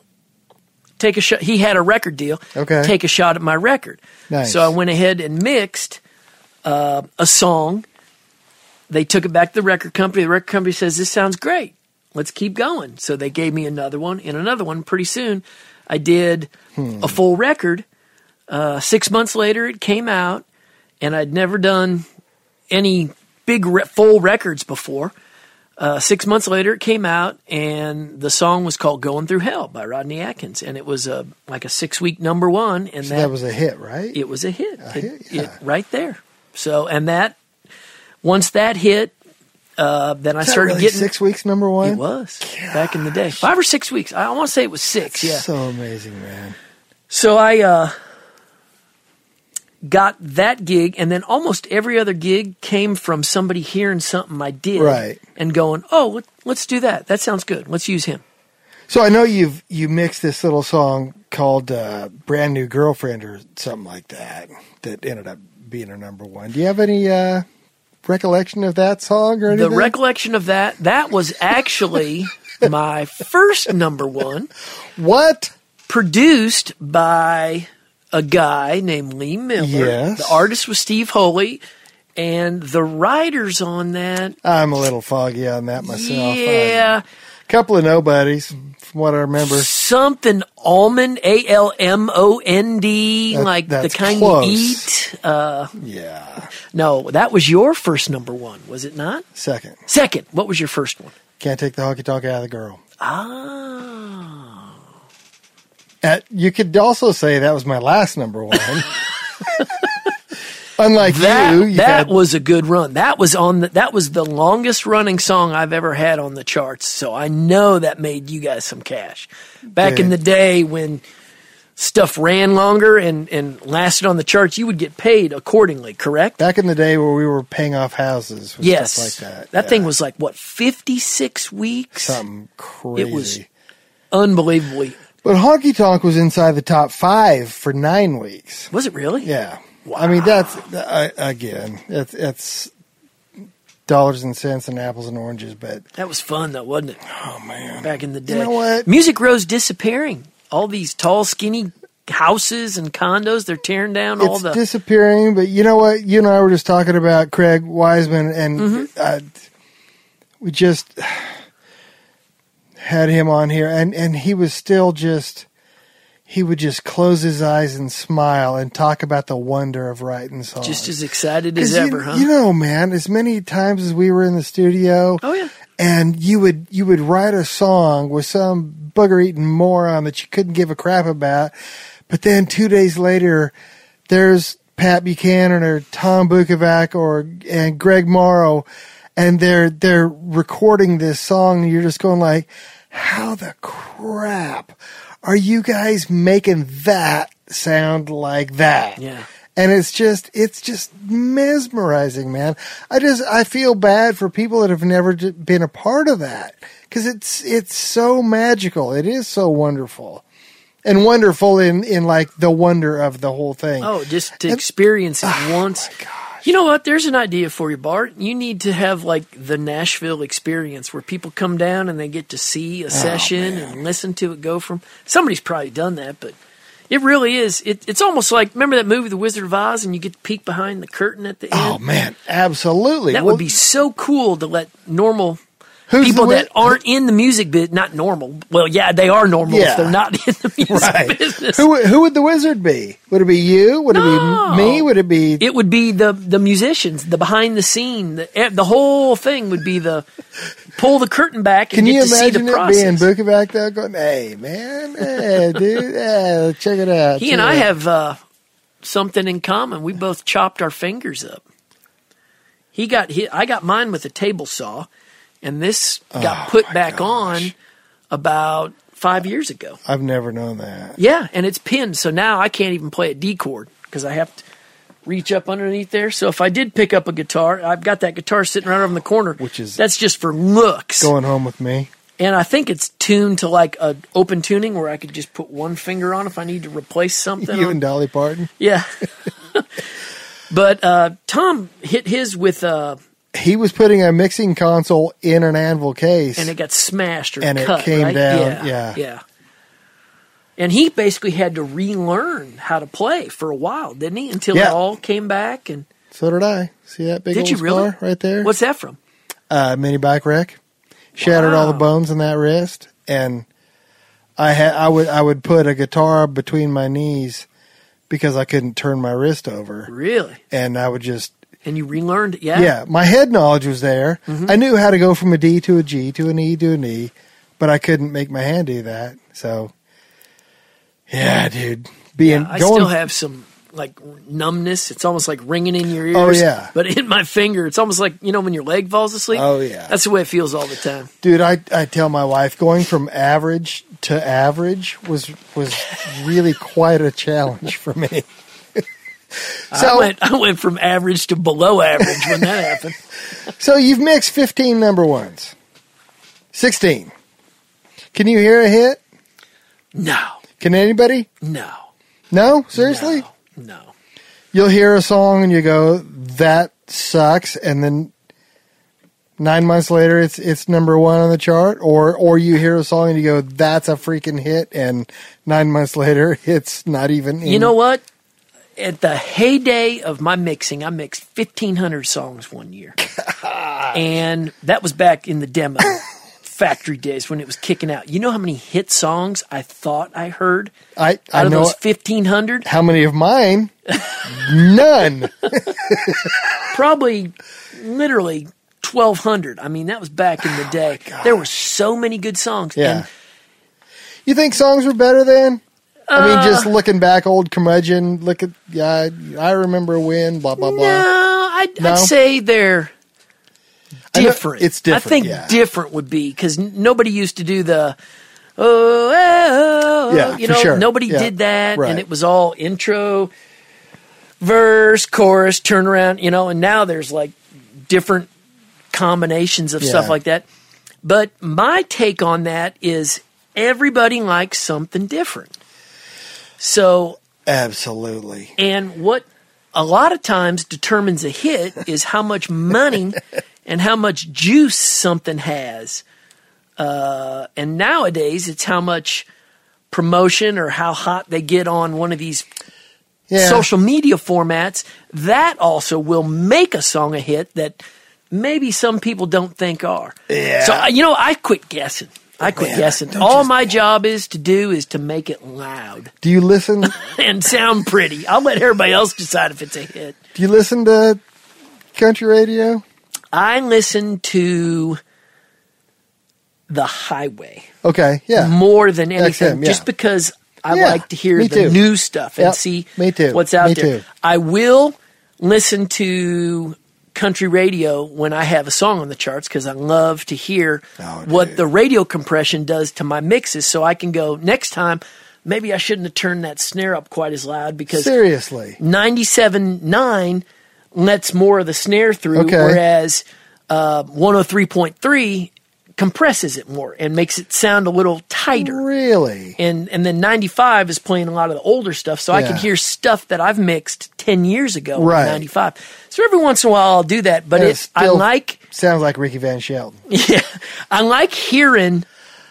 B: take a shot." He had a record deal.
A: Okay.
B: take a shot at my record.
A: Nice.
B: So I went ahead and mixed uh, a song. They took it back to the record company. The record company says, "This sounds great. Let's keep going." So they gave me another one and another one. Pretty soon, I did
A: Hmm.
B: a full record. Uh, six months later, it came out, and I'd never done any big re- full records before. Uh, six months later, it came out, and the song was called "Going Through Hell" by Rodney Atkins, and it was a like a six week number one, and
A: That was a hit, right?
B: it was a hit. It-
A: hit,
B: it-
A: yeah.
B: right there. So, and that once that hit, uh, then I
A: Is that
B: started
A: really
B: getting
A: six weeks number one.
B: it was back in the day, five or six weeks. I, I want to say it was six. Yeah.
A: So amazing, man.
B: So I uh, got that gig, and then almost every other gig came from somebody hearing something I did,
A: Right.
B: and going, "Oh, let, let's do that. That sounds good. Let's use him."
A: So I know you've you mixed this little song called uh, "Brand New Girlfriend" or something like that that ended up being a number one. Do you have any uh, recollection of that song or
B: The
A: anything?
B: recollection of that that was
A: [laughs]
B: actually my first number one,
A: what?
B: produced by a guy named Lee Miller.
A: Yes.
B: The artist was Steve Holy, and the writers on that.
A: I'm a little foggy on that myself.
B: yeah.
A: a couple of nobodies from what I remember.
B: something almond a l m o n d
A: That-
B: like the
A: that's
B: kind
A: close.
B: you eat. Uh,
A: Yeah.
B: no, that was your first number one, was it not?
A: Second,
B: Second, what was your first one?
A: can't take the honky tonk out of the girl.
B: Ah,
A: At, you could also say that was my last number one. [laughs] Unlike
B: that
A: you, you
B: that
A: had,
B: was a good run. That was on the, that was the longest running song I've ever had on the charts. So I know that made you guys some cash back in
A: Yeah.
B: the day when stuff ran longer and and lasted on the charts. You would get paid accordingly, correct?
A: back in the day where we were paying off houses. With
B: Yes,
A: stuff like that. Yeah.
B: thing was like what fifty six weeks.
A: something crazy.
B: It was unbelievably.
A: but honky tonk was inside the top five for nine weeks.
B: Was it really?
A: Yeah, I mean that's I, again, it's, it's dollars and cents and apples and oranges. But
B: that was fun though, wasn't it?
A: oh man,
B: Back in the day,
A: You know what?
B: Music Row's disappearing. All these tall, skinny houses and condos—they're tearing down all
A: it's
B: the.
A: disappearing. But you know what? You and I were just talking about Craig Wiseman, and
B: Mm-hmm.
A: uh, we just had him on here, and and he was still just. he would just close his eyes and smile and talk about the wonder of writing songs.
B: Just as excited
A: 'Cause
B: as
A: you,
B: ever, huh?
A: you know, man, as many times as we were in the studio,
B: oh yeah.
A: and you would you would write a song with some booger eating moron that you couldn't give a crap about, but then two days later, there's Pat Buchanan or Tom Bukovac or and Greg Morrow, and they're they're recording this song, and you're just going like, how the crap are you guys making that sound like that?
B: Yeah.
A: and it's just it's just mesmerizing man i just i feel bad for people that have never d- been a part of that because it's it's so magical it is so wonderful and wonderful in in like the wonder of the whole thing Oh,
B: Oh, just to experience it
A: Ah.
B: once. You know what? There's an idea for you, Bart. You need to have like the Nashville experience where people come down and they get to
A: Oh,
B: see a session and listen to it go from. Somebody's probably done that, but it really is. It, it's almost like remember that movie, The Wizard of Oz, and you get to peek behind the curtain at the end.
A: Oh, man absolutely
B: that
A: Well,
B: would be so cool to let normal
A: who's
B: people
A: the wi-
B: that aren't in the music bit not normal. Well, yeah, they are normal
A: Yeah.
B: if they're not in
A: [laughs]
B: the music
A: right
B: business.
A: who who would the wizard be would it be you would
B: No.
A: it be me would it be
B: it would be the the musicians, the behind the scene, the, eh, the whole thing would be the pull the curtain back and
A: can
B: get
A: you
B: to see
A: imagine
B: the
A: it
B: process.
A: being Bukovac though going, hey, man, hey, dude, yeah, check it out.
B: he and
A: check
B: I
A: it out."
B: have uh, something in common. We both chopped our fingers up. He got he, I got mine with a table saw, and this got
A: Oh,
B: put
A: my
B: back
A: gosh.
B: on about five years ago.
A: I've never known that.
B: Yeah, and it's pinned, so now I can't even play a D chord because I have to reach up underneath there. So if I did pick up a guitar, I've got that guitar sitting right over in the corner,
A: Which is-
B: that's just for looks.
A: Going home with me.
B: And I think it's tuned to like a open tuning where I could just put one finger on if I need to replace
A: [laughs]
B: something.
A: you
B: on-
A: and Dolly Parton.
B: yeah. [laughs] but uh, Tom hit his with uh,
A: He was putting a mixing console in an anvil case.
B: and it got smashed or
A: And it
B: cut.
A: came
B: right?
A: down,
B: Yeah,
A: yeah.
B: And he basically had to relearn how to play for a while, didn't he? Until it
A: Yeah.
B: all came back. And
A: so did I. See that big
B: did
A: old
B: you really?
A: scar right there?
B: What's that from?
A: uh, mini bike wreck? Shattered all the
B: Wow.
A: bones in that wrist, and I had I would I would put a guitar between my knees because I couldn't turn my wrist over,
B: Really?
A: and I would just
B: And you relearned it? Yeah. Mm-hmm.
A: yeah. My head knowledge was there. I knew how to go from a D to a G to an E to an E, but I couldn't make my hand do that. So yeah, dude, being
B: I
A: going
B: still have some like numbness. It's almost like ringing in your ears.
A: Oh, yeah.
B: But in my finger, it's almost like you know when your leg falls asleep.
A: Oh, yeah.
B: That's the way it feels all the time.
A: Dude, I, I tell my wife going from average to average was was really quite a challenge for me. [laughs]
B: I
A: so
B: went I went from average to below average when that
A: [laughs]
B: happened.
A: so you've mixed 15 number ones. 16. Can you hear a hit?
B: No,
A: Can anybody?
B: no,
A: No? Seriously?
B: no.
A: You'll hear a song and you go that sucks and then 9 months later it's it's number 1 on the chart or or you hear a song and you go that's a freaking hit and 9 months later [laughs] it's not even in
B: You know what? At the heyday of my mixing, I mixed fifteen hundred songs
A: [laughs]
B: one year, and that was back in the demo factory days when it was kicking out. You know how many hit songs I thought I heard
A: I,
B: out
A: I
B: of
A: know
B: those fifteen
A: [laughs]
B: hundred?
A: how many of
B: [laughs]
A: mine. None.
B: probably literally 1200 i mean that was back in the day there were so many good songs
A: Oh Yeah.
B: and
A: You think songs were better then? I mean,
B: Uh.
A: just looking back, old curmudgeon. Look at yeah, I- I remember when blah blah
B: no
A: blah.
B: I'd,
A: No?
B: I'd say they're
A: I know-
B: different
A: it's different,
B: i think
A: yeah.
B: different would be because nobody used to do the oh, oh, oh,
A: Yeah,
B: you
A: for
B: know
A: sure.
B: nobody
A: Yeah,
B: did that
A: right.
B: and it was all intro verse chorus turnaround you know and now there's like different combinations of stuff
A: Yeah.
B: like that but my take on that is everybody likes something different so
A: Absolutely.
B: and what a lot of times determines a hit is how
C: [laughs]
B: much money and how much juice something has. Uh, and nowadays, it's how much promotion or how hot they get on one of these
A: Yeah.
B: social media formats. That also will make a song a hit that maybe some people don't think are.
A: Yeah.
B: So, I- you know, I quit guessing. I quit
C: Man,
B: guessing.
C: don't
B: All
C: just-
B: my job is to do is to make it loud
A: Do you listen?
B: and sound pretty. I'll let everybody else decide if it's a hit.
A: do you listen to country radio?
B: I listen to The Highway
A: Okay, yeah.
B: more than anything,
A: him, yeah.
B: just because I
A: Yeah,
B: like to hear
A: me
B: the
A: too.
B: new stuff and
A: Yep,
B: see
A: me too,
B: what's out
A: me
B: there.
A: too.
B: I will listen to country radio when I have a song on the charts because I love to hear
C: Oh,
B: what
C: dude.
B: the radio compression does to my mixes, so I can go next time. Maybe I shouldn't have turned that snare up quite as loud because
A: Seriously.
B: 97.9 lets more of the snare through,
A: Okay.
B: whereas uh, 103.3 compresses it more and makes it sound a little tighter.
A: Really?
B: And and then 95 is playing a lot of the older stuff, so I can
A: Yeah.
B: hear stuff that I've mixed 10 years ago on
A: Right.
B: 95. So every once in a while I'll do that, but
A: And
B: it,
A: it's still-
B: I like
A: Sounds like Ricky Van Shelton.
B: [laughs] yeah, I like hearing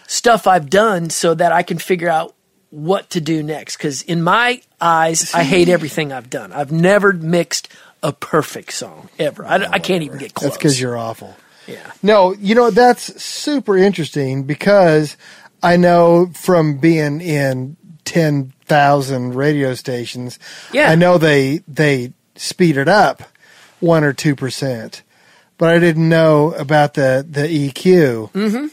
B: stuff I've done so that I can figure out what to do next. Because in my eyes, I hate everything I've done. I've never mixed a perfect song ever. I, I can't even get close.
A: That's because you're awful.
B: yeah.
A: No, you know, that's super interesting because I know from being in 10,000 radio stations,
B: Yeah.
A: I know they, they speed it up one or 2%, but I didn't know about the, the EQ. Mm-hmm.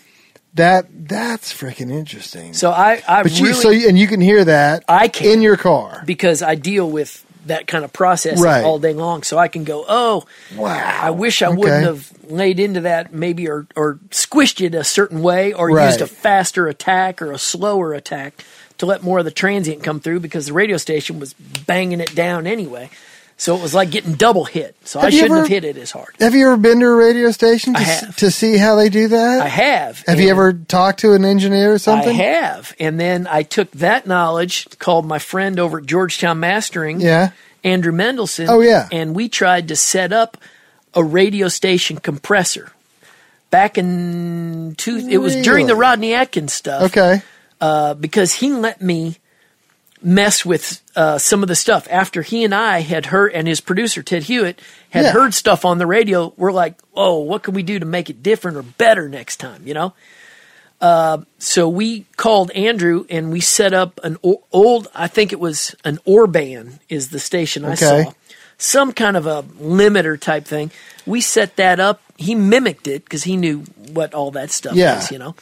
A: That, that's freaking interesting.
B: So I, I
A: but
B: really
A: you, so, you- and you can hear that
B: I can.
A: in your car.
B: because I deal with that kind of process
A: Right.
B: all day long. So I can go, oh,
A: Wow.
B: I wish I
A: Okay.
B: wouldn't have laid into that maybe or, or squished it a certain way or
A: Right.
B: used a faster attack or a slower attack to let more of the transient come through because the radio station was banging it down anyway. So it was like getting double hit. So I
A: Have you
B: shouldn't
A: ever-
B: have hit it as hard.
A: Have you ever been to a radio station to,
B: I
A: s-
B: have.
A: to see how they do that?
B: I have.
A: Have you
B: and-
A: ever talked to an engineer or something?
B: I have. And then I took that knowledge, called my friend over at Georgetown Mastering,
A: Yeah.
B: Andrew Mendelson.
A: Oh, yeah.
B: And we tried to set up a radio station compressor. Back in two, it was during the
A: Really?
B: Rodney Atkins stuff.
A: Okay.
B: Uh, because he let me mess with uh, some of the stuff after he and I had heard, and his producer Ted Hewitt had
A: Yeah.
B: heard stuff on the radio. We're like, oh, what can we do to make it different or better next time? You know. Uh, so we called Andrew and we set up an o- old, I think it was an Orban is the station I
A: Okay.
B: saw, some kind of a limiter type thing. We set that up. He mimicked it because he knew what all that stuff
A: Yeah.
B: is, you know.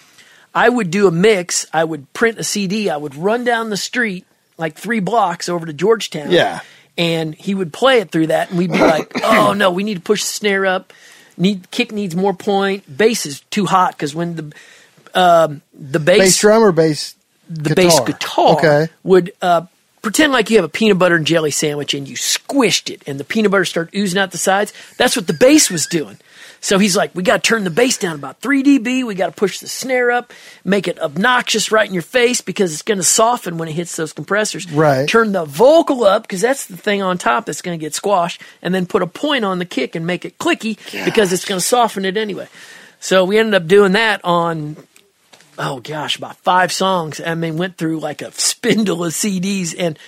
B: I would do a mix. I would print a CD. I would run down the street like three blocks over to Georgetown.
A: Yeah.
B: And he would play it through that,
A: [laughs]
B: and we'd be like, "Oh no, we need to push the snare up. Need kick needs more point. Bass is too hot because when the um, the bass,
A: Bass drum or bass?
B: the bass guitar
A: Okay.
B: would uh, pretend like you have a peanut butter and jelly sandwich and you squished it and the peanut butter started oozing out the sides. That's what the bass was doing. So he's like, we got to turn the bass down about 3 dB. We got to push the snare up, make it obnoxious right in your face because it's going to soften when it hits those compressors.
A: Right.
B: Turn the vocal up because that's the thing on top that's going to get squashed, and then put a point on the kick and make it clicky because it's going to soften it anyway. So we ended up doing that on oh gosh, about five songs. I mean, went through like a spindle of CDs. And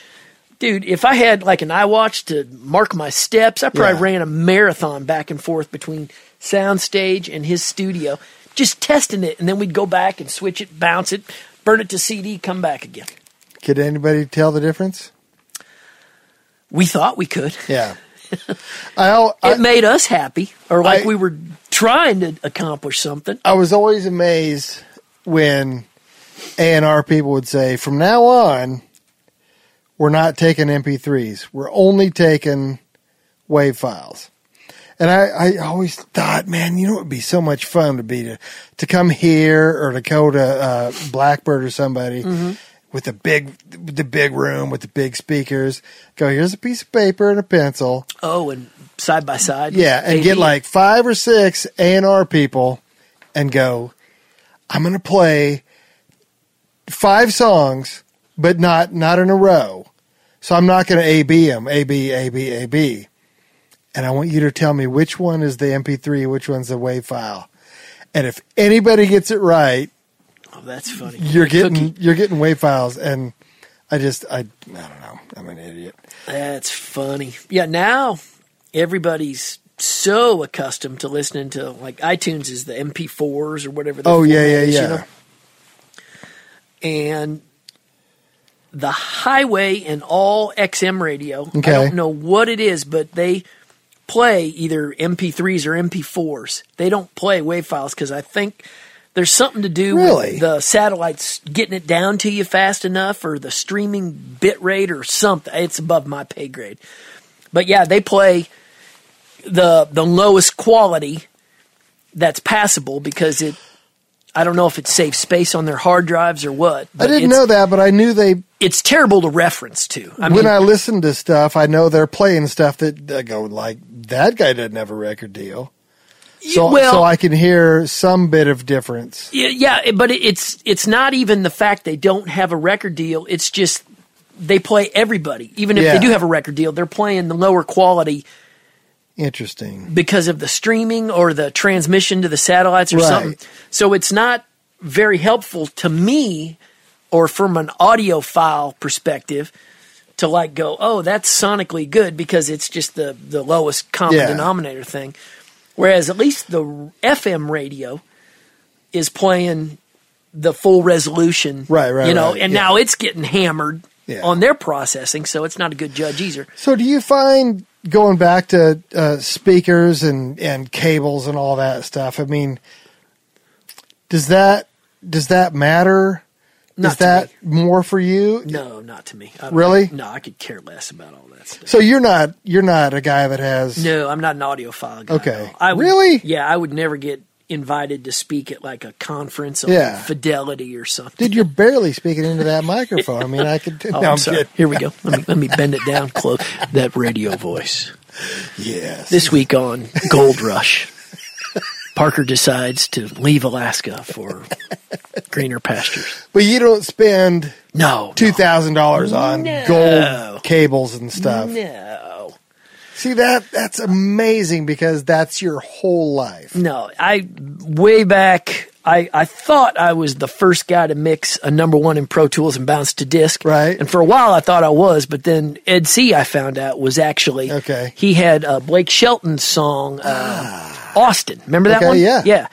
B: dude, if I had like an iWatch to mark my steps, I probably
A: Yeah.
B: ran a marathon back and forth between soundstage and his studio, just testing it. And then we'd go back and switch it, bounce it, burn it to CD, come back again.
A: Could anybody tell the difference?
B: We thought we could. [laughs]
A: Yeah. I, al- I,
B: It made us happy, or like
A: I-
B: we were trying to accomplish something.
A: I was always amazed when A&R people would say, from now on, we're not taking MP3s. We're only taking wave files. And I, I always thought, man, you know, it would be so much fun to be to, to come here or to go to uh, Blackbird or somebody with the big the big room with the big speakers. Go here's a piece of paper and a pencil.
B: Oh, and side by side.
A: Yeah, and get
B: AD.
A: like five or six A and R people, and go. I'm gonna play five songs, but not not in a row. So I'm not gonna A B them A B A B A B, and I want you to tell me which one is the MP3, which one's the WAV file, and if anybody gets it right,
B: Oh, that's funny.
A: you're getting
B: Cookie.
A: you're getting WAV files. And I just I I don't know. I'm an idiot.
B: That's funny. Yeah, now everybody's so accustomed to listening to like iTunes is the MP4s or whatever. the
A: Oh yeah
B: format
A: yeah
B: is, you
A: yeah.
B: know? and the highway and all XM radio.
A: Okay.
B: I don't know what it is, but they play either MP3s or MP4s. They don't play WAV files because I think there's something to do
A: Really?
B: with the satellites getting it down to you fast enough or the streaming bit rate or something. It's above my pay grade. But yeah, they play the the lowest quality that's passable because it I don't know if it saves space on their hard drives or what.
A: I
B: but
A: didn't
B: it's-
A: know that, but I knew they.
B: it's terrible to reference to. I
A: when
B: mean,
A: I listen to stuff, I know they're playing stuff that I go like that guy doesn't have a record deal. So,
B: well,
A: so I can hear some bit of difference.
B: yeah, yeah, it- but it- it's it's not even the fact they don't have a record deal. It's just they play everybody. Even if
A: Yeah.
B: they do have a record deal, they're playing the lower quality
A: Interesting.
B: because of the streaming or the transmission to the satellites or
A: Right.
B: something. So it's not very helpful to me or from an audiophile perspective to like go, oh, that's sonically good because it's just the, the lowest common
A: Yeah.
B: denominator thing. Whereas at least the FM radio is playing the full resolution.
A: Right, right,
B: You know,
A: right,
B: and
A: yeah.
B: now it's getting hammered
A: Yeah.
B: on their processing, so it's not a good judge either.
A: So do you find going back to uh, speakers and and cables and all that stuff? I mean, does that does that matter?
B: Not
A: Is
B: to
A: that
B: me.
A: more for you?
B: No, not to me. I don't-
A: Really?
B: No, I could care less about all that stuff.
A: So you're not you're not a guy that has
B: No, I'm not an audiophile guy.
A: Okay.
B: no. I would,
A: Really?
B: Yeah, I would never get invited to speak at like a conference on
A: Yeah.
B: fidelity or something.
A: Dude, you're barely speaking into that microphone. I mean, I
B: [laughs]
A: could.
B: Oh, I'm sorry. Here we go. Let me, let me bend it down close. That radio voice.
A: Yes.
B: This week on Gold Rush, Parker decides to leave Alaska for greener pastures.
A: but you don't spend
B: No.
A: two thousand dollars on
B: No.
A: gold cables and stuff.
B: No.
A: See that? That's amazing because that's your whole life.
B: No, I way back. I, I thought I was the first guy to mix a number one in Pro Tools and bounce to disc.
A: Right.
B: And for a while I thought I was, but then Ed C I found out was actually
A: Okay. Ah.
B: He had uh, Blake Shelton's song uh, Austin. Remember that
A: Okay,
B: one?
A: yeah.
B: Yeah.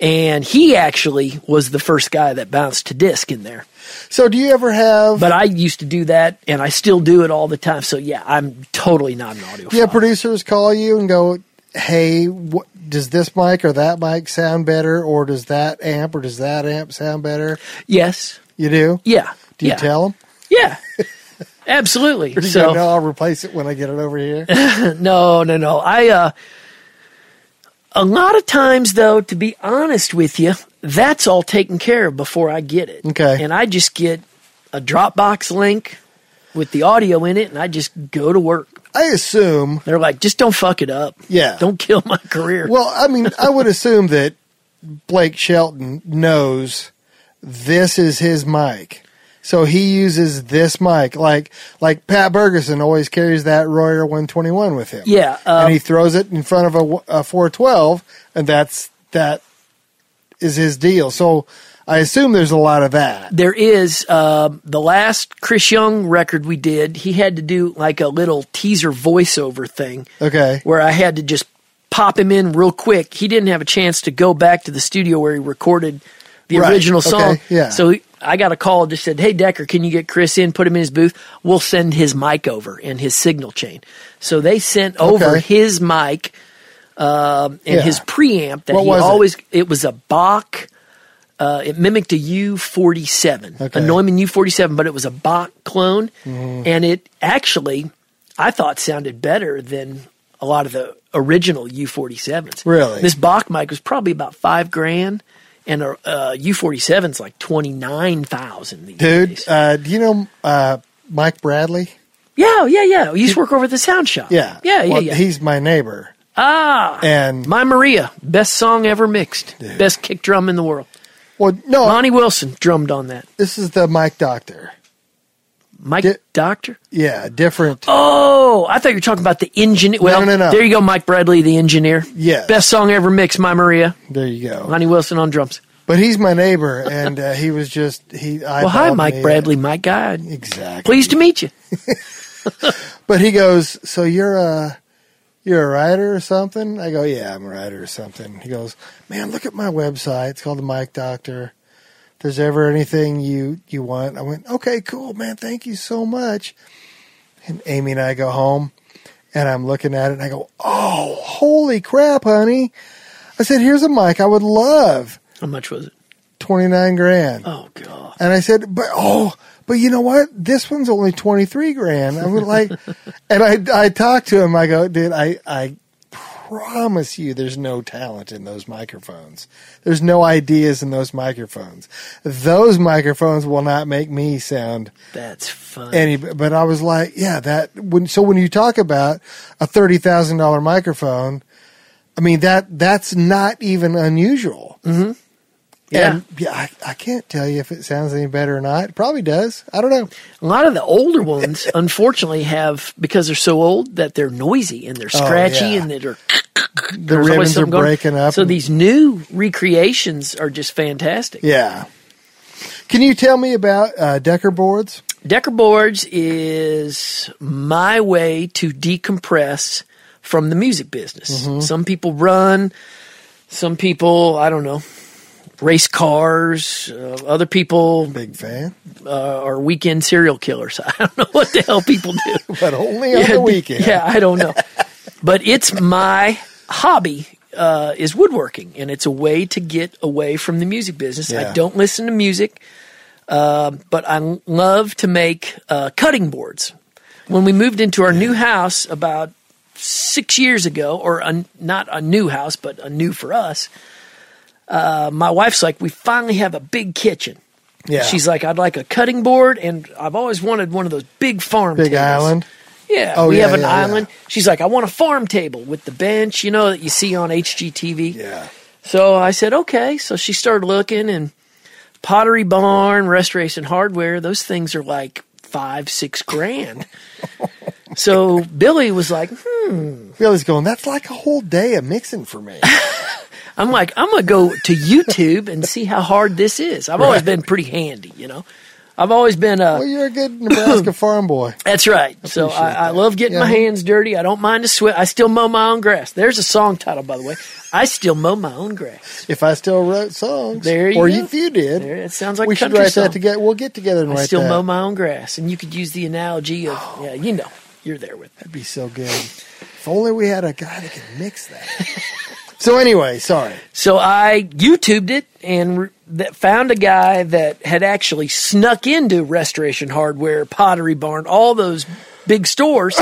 B: And he actually was the first guy that bounced to disc in there.
A: So, do you ever have?
B: But I used to do that, and I still do it all the time. So yeah, I'm totally not an audio.
A: do you have producers call you and go, "Hey, what, does this mic or that mic sound better, or does that amp or does that amp sound better?"
B: yes.
A: You do.
B: Yeah.
A: Do you
B: yeah.
A: tell them?
B: Yeah. [laughs] Absolutely.
A: Or do you
B: so
A: go, no, I'll replace it when I get it over
B: [laughs]
A: here.
B: No, no, no. I uh a lot of times though, to be honest with you, that's all taken care of before I get it.
A: Okay.
B: And I just get a Dropbox link with the audio in it and I just go to work.
A: I assume
B: They're like, just don't fuck it up.
A: Yeah.
B: Don't kill my [laughs] career.
A: Well, I mean, I would assume that Blake Shelton knows this is his mic. So he uses this mic. Like like Pat Bergeson always carries that Royer 121 with him.
B: yeah. Um,
A: and he throws it in front of a, w- a 412 and that's that is his deal. So I assume there's a lot of that.
B: there is um the last Chris Young record we did, he had to do like a little teaser voiceover thing.
A: Okay.
B: where I had to just pop him in real quick. He didn't have a chance to go back to the studio where he recorded the
A: Right.
B: original
A: Okay.
B: song.
A: Yeah.
B: So he- I got a call just said, "Hey Decker, can you get Chris in? Put him in his booth. We'll send his mic over and his signal chain." So they sent over
A: Okay.
B: his mic um, and
A: Yeah.
B: his preamp that
A: What
B: he
A: was it?
B: always. It? was a Bach. Uh, it mimicked a U47,
A: Okay. Mm-hmm.
B: a Neumann U47, but it was a Bach clone, and it actually, I thought, sounded better than a lot of the original U47s.
A: Really?
B: this Bach mic was probably about five grand, and a uh, U47's like twenty nine thousand these
A: Dude,
B: days.
A: uh, do you know uh, Mike Bradley?
B: yeah, yeah, yeah. We used to work over at the sound shop.
A: Yeah.
B: yeah, yeah,
A: Well,
B: yeah.
A: He's my neighbor.
B: ah,
A: And
B: my Maria, best song ever mixed, best kick drum in the world.
A: well, no,
B: Lonnie Wilson drummed on that.
A: this is the Mike Doctor.
B: Mike
A: Di-
B: Doctor.
A: Yeah, different.
B: Oh, I thought you were talking about the engineer. Well,
A: no, no.
B: there you go, Mike Bradley, the engineer.
A: Yes.
B: Best song ever mixed, My Maria.
A: There you go.
B: Lonnie Wilson on drums.
A: But he's my neighbor, and uh, he was just he.
B: Well, hi,
A: eyeballed
B: Mike
A: me.
B: Bradley, Mike Guy.
A: Exactly.
B: Pleased to meet you.
A: But he goes, so you're a you're a writer or something? I go, yeah, I'm a writer or something. He goes, man, look at my website. It's called the Mike Doctor. there's ever anything you you want, I went, okay, cool, man, thank you so much. And Amy and I go home, and I'm looking at it, and I go, oh, holy crap, honey! I said, here's a mic I would love,
B: How much was it?
A: twenty nine grand.
B: Oh god.
A: And I said, but oh, but you know what? This one's only twenty three grand. I would like, and I I talked to him. I go, dude, I I promise you, there's no talent in those microphones. There's no ideas in those microphones. Those microphones will not make me sound
B: That's funny.
A: any. But I was like, yeah, that when so when you talk about a thirty thousand dollar microphone, I mean that that's not even unusual.
B: Mm-hmm. yeah.
A: And yeah, I, I can't tell you if it sounds any better or not. It probably does. I don't know.
B: A lot of the older ones, unfortunately, have because they're so old that they're noisy and they're scratchy
A: Oh, yeah.
B: and that are
A: The
B: there's always
A: ribbons are
B: something going-
A: breaking up.
B: So
A: and-
B: these new recreations are just fantastic.
A: yeah. Can you tell me about uh, Decker boards?
B: Decker Boards is my way to decompress from the music business. Some people run, some people, I don't know, race cars, uh, other people
A: Big fan,
B: uh, are weekend serial killers. [laughs] I don't know what the hell people do.
A: but only on the weekend.
B: Yeah, I don't know. but it's my hobby uh, is woodworking, and it's a way to get away from the music business.
A: Yeah.
B: I don't listen to music, um, but I love to make uh, cutting boards. When we moved into our new house about six years ago, or a, not a new house, but a new for us, uh, my wife's like, we finally have a big kitchen.
A: yeah.
B: She's like, I'd like a cutting board, and I've always wanted one of those big farm
A: Big
B: tables.
A: Island.
B: Yeah,
A: Oh,
B: we
A: yeah,
B: have an
A: yeah, yeah.
B: island. She's like, I want a farm table with the bench, you know, that you see on HGTV.
A: Yeah.
B: So I said, okay. So she started looking, and Pottery Barn, Restoration Hardware, those things are like five,
A: [laughs]
B: six grand. so Billy was like, hmm.
A: Billy's going. That's like a whole day of mixing for
B: [laughs]
A: me.
B: I'm like, I'm gonna go to YouTube and see how hard this is. I've always been pretty handy, you know. I've always been a
A: well, you're a good
B: [coughs]
A: Nebraska farm boy.
B: That's right. so I,
A: Appreciate
B: I
A: that.
B: love getting my
A: Yeah.
B: hands dirty. I don't mind to sweat. I still mow my own grass. There's a song title, by the way. I still mow my own grass.
A: If I still wrote songs,
B: There you
A: or
B: go.
A: if you did,
B: There, it sounds like
A: we
B: a
A: should
B: country
A: write
B: song.
A: that together. We'll get together and
B: I
A: write
B: still
A: that. Oh,
B: mow my own grass, and you could use the analogy of yeah, you know, you're there with it.
A: That'd be so good. If only we had a guy that could mix that. [laughs] so anyway, sorry.
B: So I YouTubed it and re- that found a guy that had actually snuck into Restoration Hardware, Pottery Barn, all those
A: [coughs]
B: big stores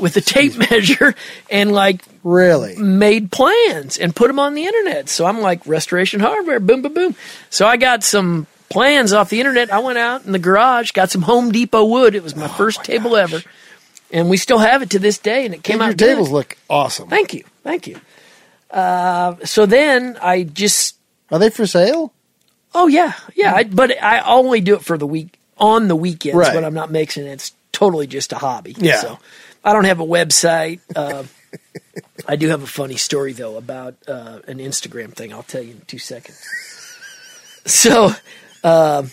B: with a tape measure and like
A: Really?
B: made plans and put them on the internet. So I'm like, restoration hardware, boom, boom, boom. So I got some plans off the internet. I went out in the garage, got some Home Depot wood. It was
A: Oh
B: my first table ever. And we still have it to this day, and it came
A: Your
B: out good.
A: tables look awesome.
B: Thank you. Thank you. Uh, so then I just,
A: Are they for sale?
B: oh, yeah, yeah. I, but I only do it for the week, on the weekends
A: Right.
B: when I'm not mixing. It's totally just a hobby.
A: Yeah.
B: So I don't have a website. Uh, [laughs] I do have a funny story though about uh, an Instagram thing. I'll tell you in two seconds. So, um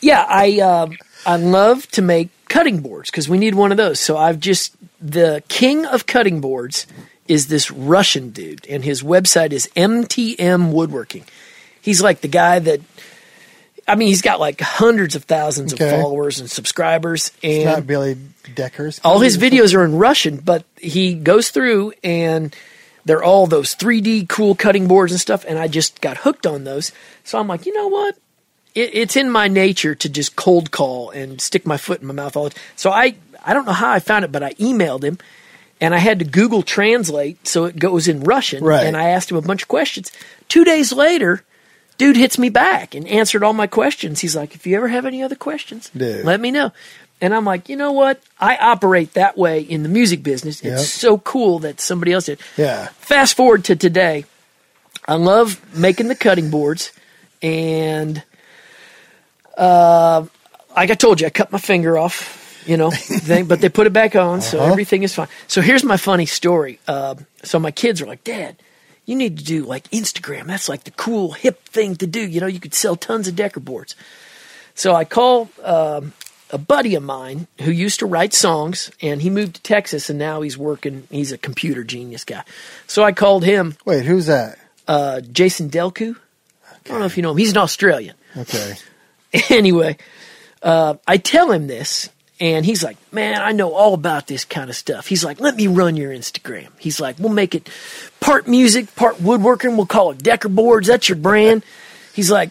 B: yeah, I um I love to make cutting boards because we need one of those. So I've just the king of cutting boards is this Russian dude, and his website is MTM Woodworking. He's like the guy that. I mean, he's got like hundreds of thousands
A: Okay.
B: of followers and subscribers, and
A: Not Billy Decker's.
B: all his videos are in Russian, but he goes through and they're all those 3D cool cutting boards and stuff. And I just got hooked on those. So I'm like, you know what? It, it's in my nature to just cold call and stick my foot in my mouth all the time. So I, I don't know how I found it, but I emailed him and I had to Google translate so it goes in Russian.
A: Right.
B: And I asked him a bunch of questions. Two days later, dude hits me back and answered all my questions. He's like, if you ever have any other questions,
A: Dude.
B: let me know. And I'm like, you know what? I operate that way in the music business.
A: Yep.
B: It's so cool that somebody else did.
A: Yeah.
B: Fast forward to today. I love making the cutting boards. And uh, like I told you, I cut my finger off, you know, thing, but they put it back on. So everything is fine. So here's my funny story. Uh, so my kids are like, Dad, you need to do like Instagram. That's like the cool, hip thing to do. You know, you could sell tons of decker boards. So I call um, a buddy of mine who used to write songs, and he moved to Texas, and now he's working. He's a computer genius guy. So I called him
A: Wait, who's that?
B: uh, Jason Delku. I don't know if you know him. He's an Australian.
A: Okay.
B: [laughs] anyway, uh, I tell him this, and he's like, "Man, I know all about this kind of stuff." He's like, "Let me run your Instagram." He's like, "We'll make it part music, part woodworking. We'll call it Decker Boards. That's your brand." He's like,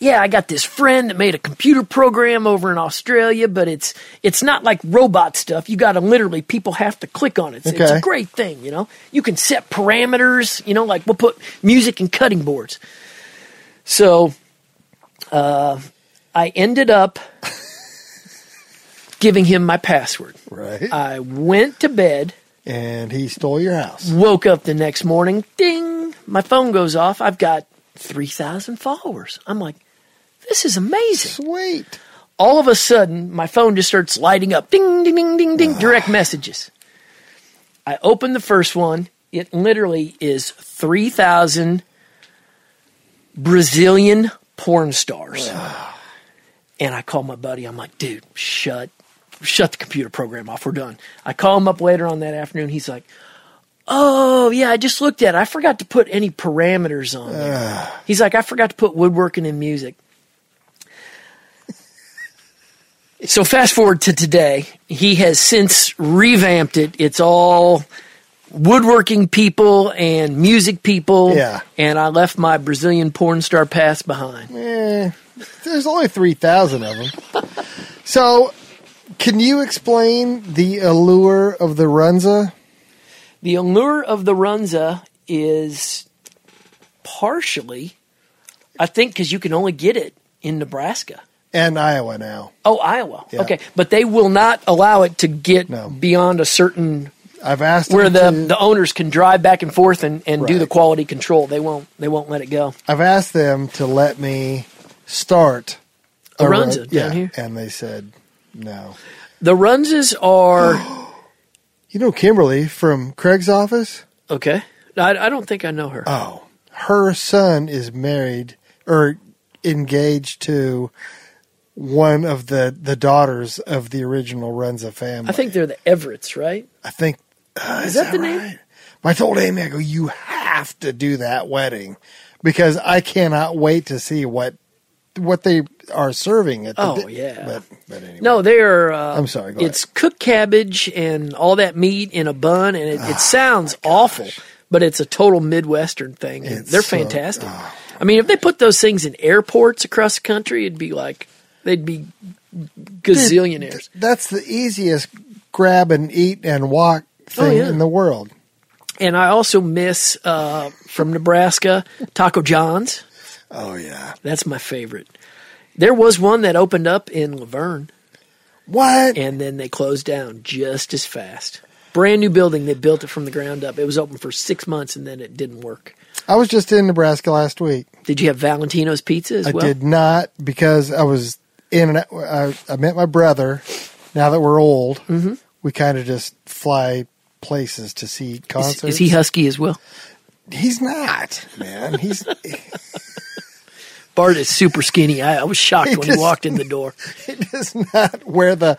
B: "Yeah, I got this friend that made a computer program over in Australia, but it's it's not like robot stuff. You got to literally people have to click on it. It's, it's
A: Okay.
B: a great thing, you know. You can set parameters, you know, like we'll put music and cutting boards." So I ended up giving him my password.
A: Right.
B: I went to bed,
A: and he stole your house.
B: woke up the next morning, ding, my phone goes off. I've got 3,000 followers. I'm like, this is amazing.
A: Sweet.
B: All of a sudden, my phone just starts lighting up ding, ding, ding, ding, ding, direct messages. I open the first one. It literally is 3,000 Brazilian porn stars. And I call my buddy. I'm like, dude, shut, shut the computer program off. We're done. I call him up later on that afternoon. He's like, oh yeah, I just looked at it. I forgot to put any parameters
A: [sighs]
B: on there. [laughs] He's like, I forgot to put woodworking and music. So fast forward to today. He has since revamped it. It's all woodworking people and music people.
A: Yeah.
B: And I left my Brazilian porn star past behind.
A: Eh, there's only 3,000 of them. so, can you explain the allure of the Runza?
B: The allure of the Runza is partially, I think, because you can only get it in Nebraska.
A: And Iowa now.
B: Oh, Iowa.
A: Yeah.
B: Okay, but they will not allow it to get
A: No.
B: beyond a certain
A: I've asked
B: where
A: them
B: the,
A: to-
B: the owners can drive back and forth and, and do
A: Right.
B: the quality control. They won't they won't let it go.
A: I've asked them to let me start
B: A
A: run-
B: Runza down
A: yeah,
B: here?
A: and they said no.
B: The Runzas
A: [gasps]
B: are
A: You know Kimberly from Craig's office?
B: okay. I, I don't think I know her.
A: Oh, her son is married or engaged to one of the the daughters of the original Runza family.
B: I think they're the Everetts, right?
A: I think uh,
B: Is that the name?
A: right? I told Amy, I go, you have to do that wedding because I cannot wait to see what what they are serving at. The
B: Oh,
A: di-
B: yeah.
A: but, but anyway,
B: No, they are. Uh,
A: I'm sorry, go
B: it's cooked cabbage and all that meat in a bun, and
A: Oh
B: it, it sounds awful, but it's a total Midwestern thing. and
A: It's
B: They're
A: so-
B: fantastic. I mean, if they put those things in airports across the country, it'd be like they'd be gazillionaires.
A: that's the easiest grab and eat and walk thing
B: Oh, yeah.
A: in the world.
B: And I also miss uh, from Nebraska Taco John's.
A: Oh yeah,
B: That's my favorite. There was one that opened up in Laverne,
A: what?
B: and then they closed down just as fast. Brand new building. They built it from the ground up. It was open for six months, and then it didn't work.
A: I was just in Nebraska last week.
B: Did you have Valentino's pizza as
A: I
B: well?
A: did not because I was in and out, I, I met my brother. Now that we're old,
B: Mm-hmm.
A: we kind of just fly places to see
B: Is,
A: concerts.
B: is he husky as well?
A: He's not, man. He's [laughs]
B: Bart is super skinny. I, I was
A: [laughs]
B: shocked when he
A: just-
B: walked in the door.
A: he does not wear the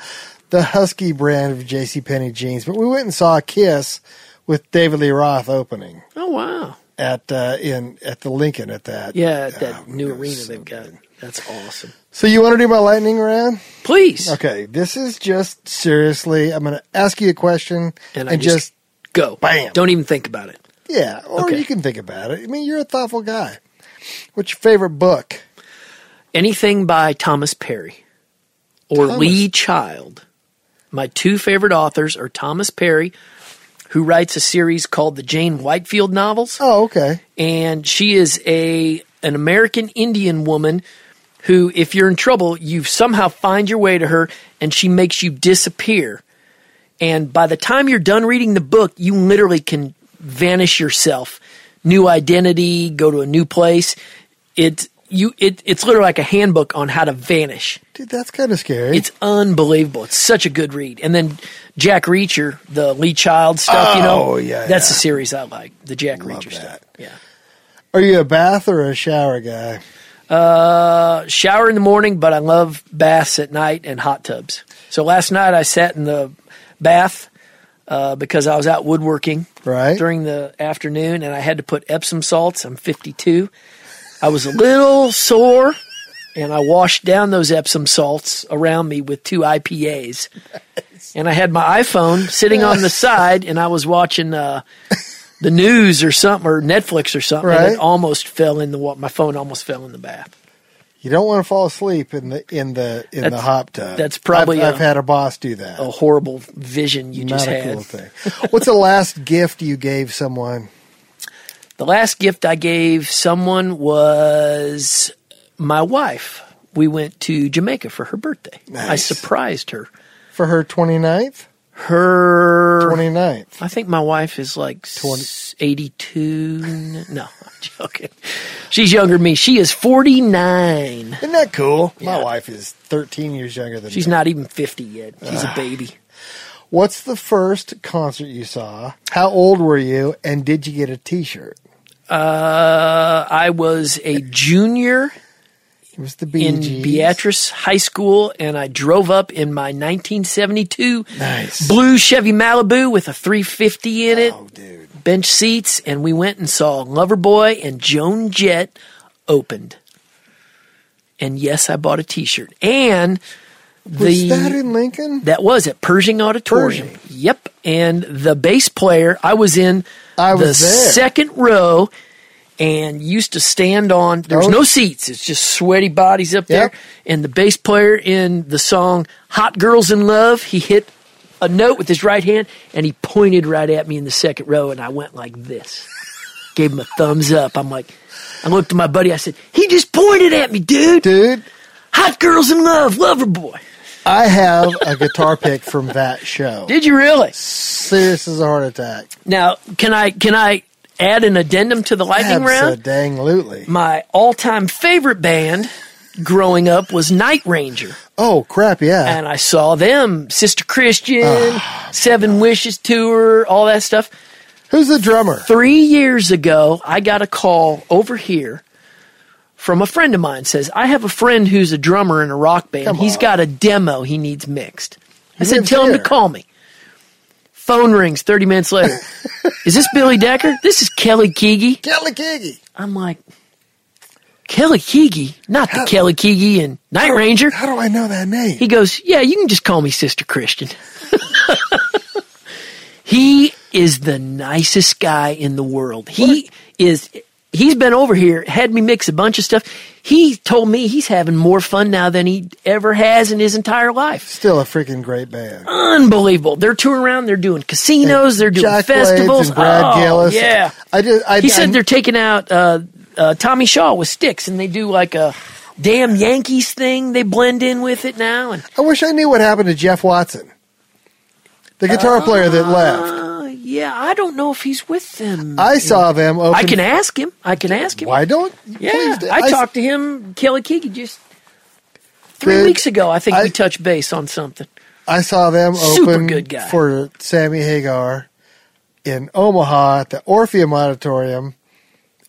A: the husky brand of J.C. Penney jeans. But we went and saw Kiss with David Lee Roth opening
B: Oh wow!
A: at uh, in at the Lincoln at that.
B: Yeah, at that
A: Oh,
B: new
A: it was
B: arena
A: so
B: they've got.
A: good.
B: That's awesome.
A: So you want to do my lightning round?
B: Please,
A: Okay, this is just seriously. I'm going to ask you a question
B: and
A: and,
B: I just,
A: just,
B: go.
A: bam.
B: Don't even think about it.
A: yeah, or
B: Okay.
A: you can think about it. I mean, you're a thoughtful guy. What's your favorite book?
B: Anything by Thomas Perry or
A: Thomas-
B: Lee Child. My two favorite authors are Thomas Perry, who writes a series called the Jane Whitefield novels.
A: Oh, okay.
B: and she is a an American Indian woman who if you're in trouble you somehow find your way to her and she makes you disappear and by the time you're done reading the book you literally can vanish yourself new identity go to a new place it's you it, it's literally like a handbook on how to vanish
A: Dude, that's kind of scary.
B: it's unbelievable. It's such a good read. And then Jack Reacher, the Lee Child stuff, you know.
A: Oh, yeah,
B: That's
A: yeah.
B: the series I like, the Jack
A: Love
B: Reacher stuff.
A: that.
B: Yeah.
A: Are you a bath or a shower guy?
B: Uh, shower in the morning, but I love baths at night and hot tubs. So last night I sat in the bath uh, because I was out woodworking
A: Right.
B: during the afternoon, and I had to put Epsom salts. I'm 52. I was a little [laughs] sore and I washed down those Epsom salts around me with two IPAs. And I had my iPhone
A: [laughs]
B: sitting on the side, and I was watching uh, the news or something, or Netflix or something. And
A: Right.
B: it almost fell in the wa- my phone almost fell in the bath.
A: You don't want to fall asleep in the in the in the
B: That's-
A: hot tub.
B: that's probably
A: I've,
B: a-
A: I've had a boss do that.
B: A horrible vision you
A: Not
B: just
A: a
B: had.
A: cool thing. What's the last gift you gave someone?
B: The last gift I gave someone was my wife. We went to Jamaica for her birthday. I
A: Nice.
B: surprised her.
A: For her 29th?
B: Her
A: 29th.
B: I think my wife is like
A: 20.
B: 82. No, I'm joking. She's younger than me. She is 49.
A: Isn't that cool? My
B: Yeah.
A: wife is 13 years younger than
B: She's
A: me.
B: not even 50 yet. She's a baby.
A: What's the first concert you saw? How old were you? And did you get a t shirt?
B: Uh, I was a junior
A: It was the
B: in
A: Bee Gees.
B: Beatrice High School, and I drove up in my 1972
A: Nice.
B: blue Chevy Malibu with a 350 in it,
A: Oh, dude.
B: bench seats, and we went and saw Loverboy and Joan Jett opened. And yes, I bought a T-shirt. And the
A: Was that in Lincoln?
B: that was at Pershing Auditorium.
A: Pershing.
B: Yep. And the bass player, I was in
A: I was
B: the
A: there.
B: second row and used to stand on there was
A: Oh.
B: no seats. It's just sweaty bodies
A: Yep.
B: up there. And the bass player in the song Hot Girls in Love, he hit a note with his right hand and he pointed right at me in the second row and I went like this. [laughs] Gave him a thumbs up. I'm like I looked at my buddy, I said, He just pointed at me, dude.
A: Dude,
B: Hot girls in love, lover boy.
A: I have a guitar pick from that show.
B: Did you really?
A: Serious as a heart attack.
B: Now, can I can I add an addendum to the lightning round?
A: Absolutely.
B: My all-time favorite band growing up was Night Ranger,
A: Oh, crap, yeah.
B: and I saw them, Sister Christian,
A: Ah,
B: Seven Wishes tour, all that stuff.
A: Who's the drummer?
B: 3 years ago, I got a call over here from a friend of mine says, "I have a friend who's a drummer in a rock band.
A: Come
B: He's
A: on.
B: got a demo he needs mixed." I said,
A: lives
B: "Tell him
A: there."
B: to call me." Phone rings 30
A: [laughs]
B: minutes later. Is this Billy Decker? This is Kelly Keegi.
A: Kelly Keggy.
B: I'm like, Kelly Keegi, not the Kelly Keegi in Night Ranger.
A: How do I know that name?
B: He goes, Yeah, you can just call me Sister Christian. [laughs] he is the nicest guy in the world. He is. He's been over here, had me mix a bunch of stuff. He told me he's having more fun now than he ever has in his entire life.
A: Still a freaking great
B: [gasps]
A: band.
B: Unbelievable. They're touring around, they're doing casinos, they're doing
A: Jack Blades
B: festivals.
A: and Brad
B: Oh,
A: Gillis.
B: Yeah.
A: I just, I,
B: He said
A: I-
B: they're taking out uh, uh, Tommy Shaw with sticks, and they do like a damn Yankees thing. They blend in with it now, and
A: I wish I knew what happened to Jeff Watson, the guitar player that left.
B: uh, yeah, I don't know if he's with them.
A: I saw them open.
B: I can ask him. I can ask him.
A: Why don't?
B: Yeah,
A: please do.
B: I,
A: s-
B: talked to him, Kelly Keegi, just three
A: Dude,
B: weeks ago. I think
A: I-
B: we touched base on something.
A: I saw them
B: Super
A: open
B: good guy.
A: for Sammy Hagar in Omaha at the Orpheum Auditorium,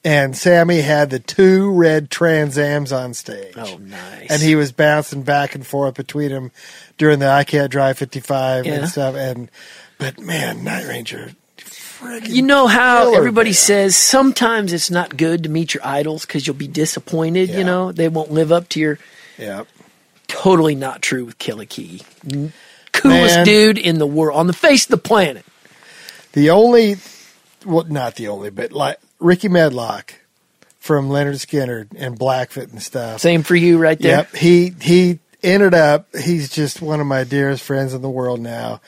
A: and Sammy had the two red Trans Ams on stage.
B: Oh, nice.
A: and he was bouncing back and forth between them during the I Can't Drive 55
B: Yeah.
A: and stuff. And but man, Night Ranger, friggin'
B: You know how
A: killer
B: everybody
A: band.
B: says sometimes it's not good to meet your idols because you'll be disappointed.
A: Yeah.
B: You know they won't live up to your.
A: yeah,
B: totally not true with Kelly Key. Coolest
A: Mm-hmm. Man.
B: dude in the world, on the face of the planet.
A: the only, well, not the only, but like Ricky Medlock from Leonard Skinner and Blackfoot and stuff.
B: Same for you, right there.
A: Yep. He he ended up he's just one of my dearest friends in the world now.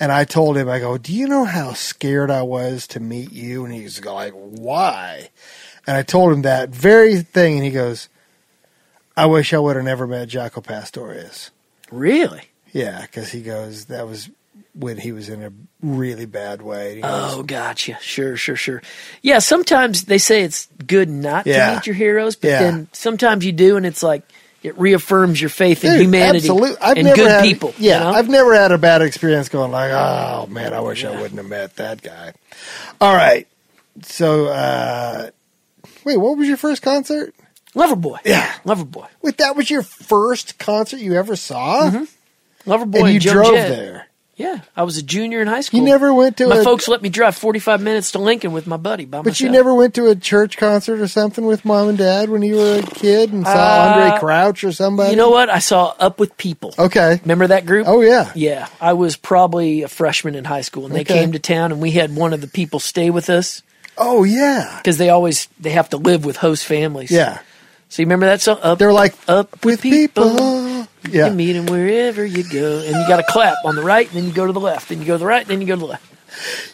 A: And I told him, I go, Do you know how scared I was to meet you? And he's like, Why? And I told him that very thing, and he goes, I wish I would have never met Jaco Pastorius.
B: Really?
A: Yeah, because he goes, That was when he was in a really bad way. And he goes,
B: Oh, gotcha. Sure, sure, sure. Yeah, sometimes they say it's good not
A: Yeah.
B: to meet your heroes, but
A: Yeah.
B: then sometimes you do, and it's like it reaffirms your faith in
A: Dude,
B: humanity
A: absolute- I've
B: and
A: never
B: good
A: had,
B: people.
A: Yeah,
B: you know?
A: I've never had a bad experience going like, oh man, I wish I wouldn't have met that guy. All right, so uh, wait, what was your first concert?
B: Loverboy.
A: Yeah.
B: Loverboy.
A: Wait, that was your first concert you ever saw,
B: Loverboy
A: and
B: and,
A: you
B: Joan
A: drove
B: Mm-hmm. Jett.
A: there.
B: Yeah, I was a junior in high school.
A: You never went to
B: my
A: a
B: folks let me drive 45 minutes to Lincoln with my buddy by
A: but you
B: myself.
A: never went to a church concert or something with mom and dad when you were a kid and saw Andre
B: Uh,
A: Crouch or somebody.
B: You know what? I saw Up with People.
A: Okay.
B: Remember that group?
A: Oh yeah.
B: Yeah, I was probably a freshman in high school, and they
A: Okay.
B: came to town, and we had one of the people stay with us
A: Oh yeah.
B: because they always they have to live with host families.
A: Yeah.
B: So you remember that song? Up,
A: They're like
B: up with people.
A: Yeah.
B: You meet 'em wherever you go, and you got to clap on the right, and then you go to the left, and you go to the right, and then you go to the left.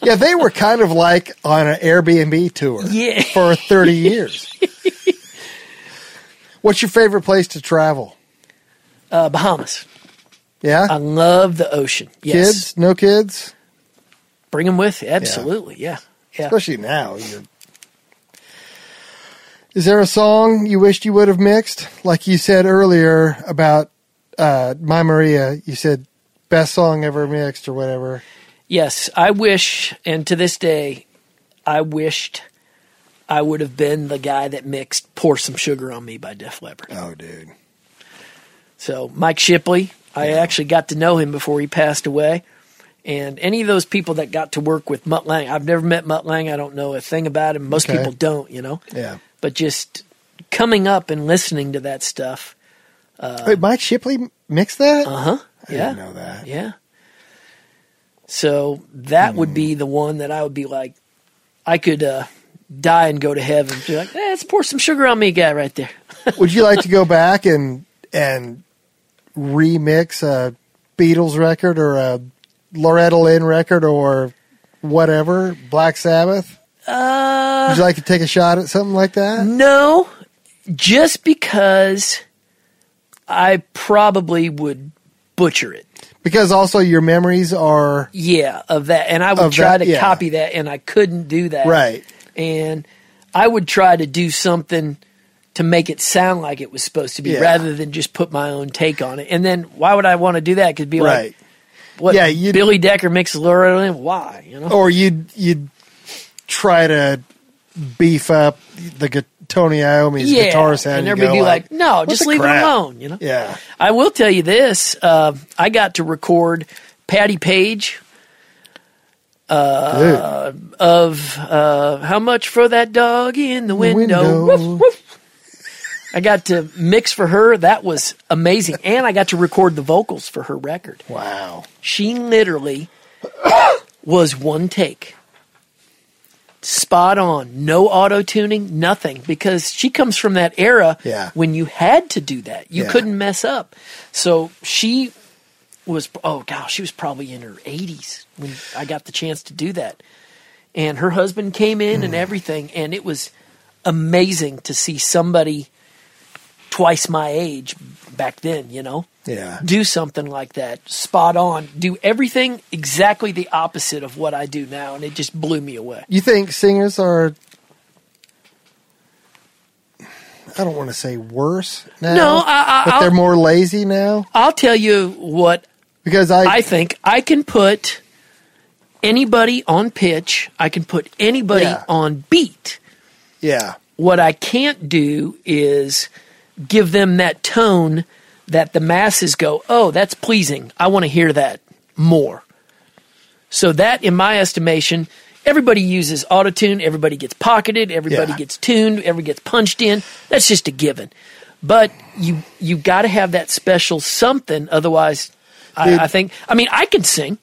A: Yeah, they were kind of like on an Airbnb tour
B: Yeah.
A: for 30
B: [laughs]
A: years. What's your favorite place to travel?
B: Uh, Bahamas.
A: Yeah?
B: I love the ocean. Um, Yes.
A: Kids? No kids?
B: Bring them with. you. Absolutely. Yeah. Yeah.
A: Especially now. You're... Is there a song you wished you would have mixed? Like you said earlier about uh, My Maria, you said best song ever mixed or whatever.
B: Yes. I wish, and to this day, I wished I would have been the guy that mixed Pour Some Sugar on Me by Def Leppard.
A: Oh, dude.
B: So, Mike Shipley, I actually got to know him before he passed away. And any of those people that got to work with Mutt Lang, I've never met Mutt Lang. I don't know a thing about him. Most
A: Okay.
B: people don't, you know.
A: Yeah.
B: But just coming up and listening to that stuff.
A: Wait, Mike Shipley mixed that?
B: Uh huh.
A: I
B: Yeah.
A: didn't know that.
B: Yeah. So that would be
A: Hmm.
B: the one that I would be like, I could uh, die and go to heaven. Be like, eh, let's pour some sugar on me, guy, right there.
A: Would you like to go back and and remix a Beatles record or a Loretta Lynn record or whatever Black Sabbath?
B: Uh,
A: Would you like to take a shot at something like that?
B: no, just because I probably would butcher it.
A: Because also your memories are
B: Yeah, of that, and I would
A: Of
B: try
A: that,
B: to
A: yeah.
B: copy that, and I couldn't do that.
A: right.
B: and I would try to do something to make it sound like it was supposed to be,
A: Yeah.
B: rather than just put my own take on it. And then why would I want to do that? Could be like,
A: Right.
B: what?
A: Yeah,
B: Yeah,
A: you'd- Oh,
B: Billy Decker mixes Loretta Lynn. Why? You know?
A: Or you'd you'd try to beef up the gu- Tony Iommi's
B: yeah,
A: guitar sound.
B: and
A: you
B: everybody
A: go
B: be like, no,
A: "What
B: just
A: the
B: leave
A: crap?"
B: it alone. You know.
A: Yeah.
B: I will tell you this: uh, I got to record Patty Page
A: Dude.
B: of uh, how much for that dog in the
A: window.
B: window. Woof, woof. I got to mix for her. That was amazing, and I got to record the vocals for her record.
A: wow.
B: She literally [coughs] was one take. Spot on. No auto tuning, nothing. Because she comes from that era
A: Yeah.
B: when you had to do that. You
A: Yeah.
B: couldn't mess up. So she was, oh, gosh, she was probably in her 80s when I got the chance to do that. And her husband came in
A: Hmm.
B: and everything. And it was amazing to see somebody twice my age back then, you know?
A: Yeah.
B: do something like that spot on do everything exactly the opposite of what i do now and it just blew me away
A: You think singers are? I don't want to say worse now.
B: No, I- I-
A: but they're
B: I'll-
A: more lazy now
B: i'll tell you what
A: because I,
B: i think i can put anybody on pitch i can put anybody
A: Yeah.
B: on beat
A: yeah
B: what i can't do is give them that tone that the masses go oh that's pleasing i want to hear that more So that, in my estimation, everybody uses autotune. Everybody gets pocketed. Everybody
A: Yeah.
B: gets tuned. Everybody gets punched in. That's just a given. But you you got to have that special something. Otherwise,
A: Dude.
B: I, I think. I mean, I can sing.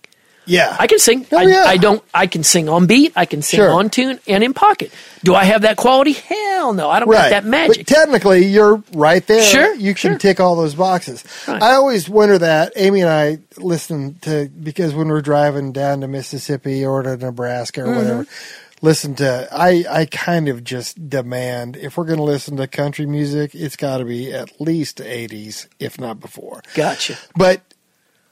A: yeah
B: I can sing.
A: Oh,
B: I,
A: yeah.
B: I don't. I can sing on beat. I can sing
A: Sure.
B: on tune and in pocket. Do I have that quality? Hell no. I don't
A: right
B: got that magic.
A: But technically, you're right there.
B: Sure,
A: you can
B: sure.
A: tick all those boxes.
B: Right.
A: I always wonder that. Amy and I listen to because when we're driving down to Mississippi or to Nebraska or
B: Mm-hmm.
A: whatever. Listen to I. I kind of just demand if we're going to listen to country music, it's got to be at least '80s, if not before.
B: gotcha.
A: But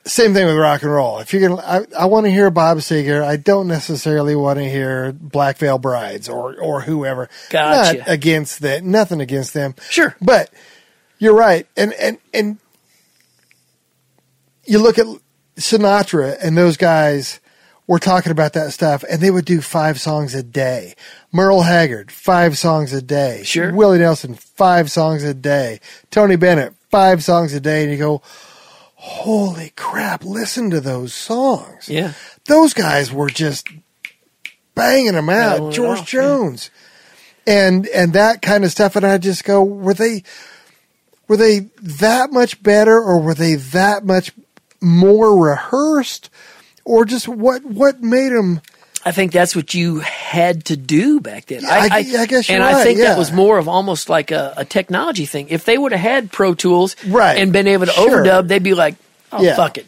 A: same thing with rock and roll. If you're gonna, I, I want to hear Bob Seger. I don't necessarily want to hear Black Veil Brides or or whoever.
B: Gotcha.
A: Not against that. Nothing against them.
B: Sure.
A: [laughs] But you're right, and and and you look at Sinatra and those guys were talking about that stuff, and they would do five songs a day. Merle Haggard, five songs a day.
B: Sure.
A: Willie Nelson, five songs a day. Tony Bennett, five songs a day, and you go, holy crap, listen to those songs.
B: Yeah.
A: Those guys were just banging them out.
B: Rattling it
A: George
B: off, yeah.
A: Jones. And and that kind of stuff and I just go, were they were they that much better or were they that much more rehearsed or just what what made them
B: I think that's what you had to do back then.
A: I- I guess you're
B: and
A: right,
B: I think
A: yeah.
B: that was more of almost like a, a technology thing. If they would have had Pro Tools
A: Right.
B: and been able to
A: Sure.
B: overdub, they'd be like, "Oh
A: Yeah.
B: fuck it,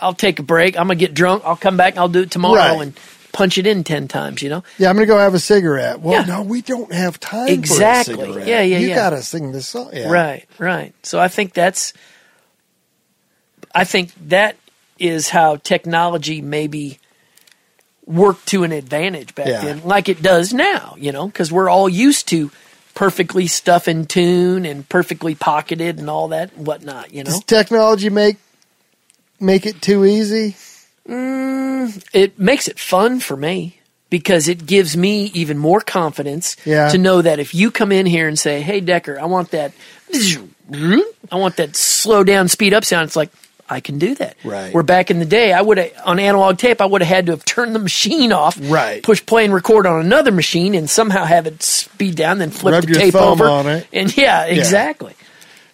B: I'll take a break. I'm gonna get drunk. I'll come back. and I'll do it tomorrow
A: Right.
B: and punch it in ten times." You know?
A: Yeah, I'm gonna go have a cigarette. Well,
B: Yeah.
A: no, we don't have time
B: Exactly.
A: for a cigarette.
B: Yeah, yeah,
A: You
B: yeah.
A: gotta sing this song. Yeah.
B: Right, right. So I think that's, I think that is how technology maybe worked to an advantage back
A: Yeah.
B: then, like it does now, you know, because we're all used to perfectly stuff in tune and perfectly pocketed and all that and whatnot, you know.
A: Does technology make make it too easy?
B: Mm, It makes it fun for me because it gives me even more confidence
A: Yeah.
B: to know that if you come in here and say, hey, Decker, I want that, I want that slow down, speed up sound, it's like, I can do that.
A: Right.
B: Where back in the day, I would have, on analog tape, I would have had to have turned the machine off,
A: Right.
B: push play and record on another machine and somehow have it speed down, then flip
A: Rub
B: the
A: your
B: tape
A: thumb
B: over.
A: on it.
B: And yeah, exactly.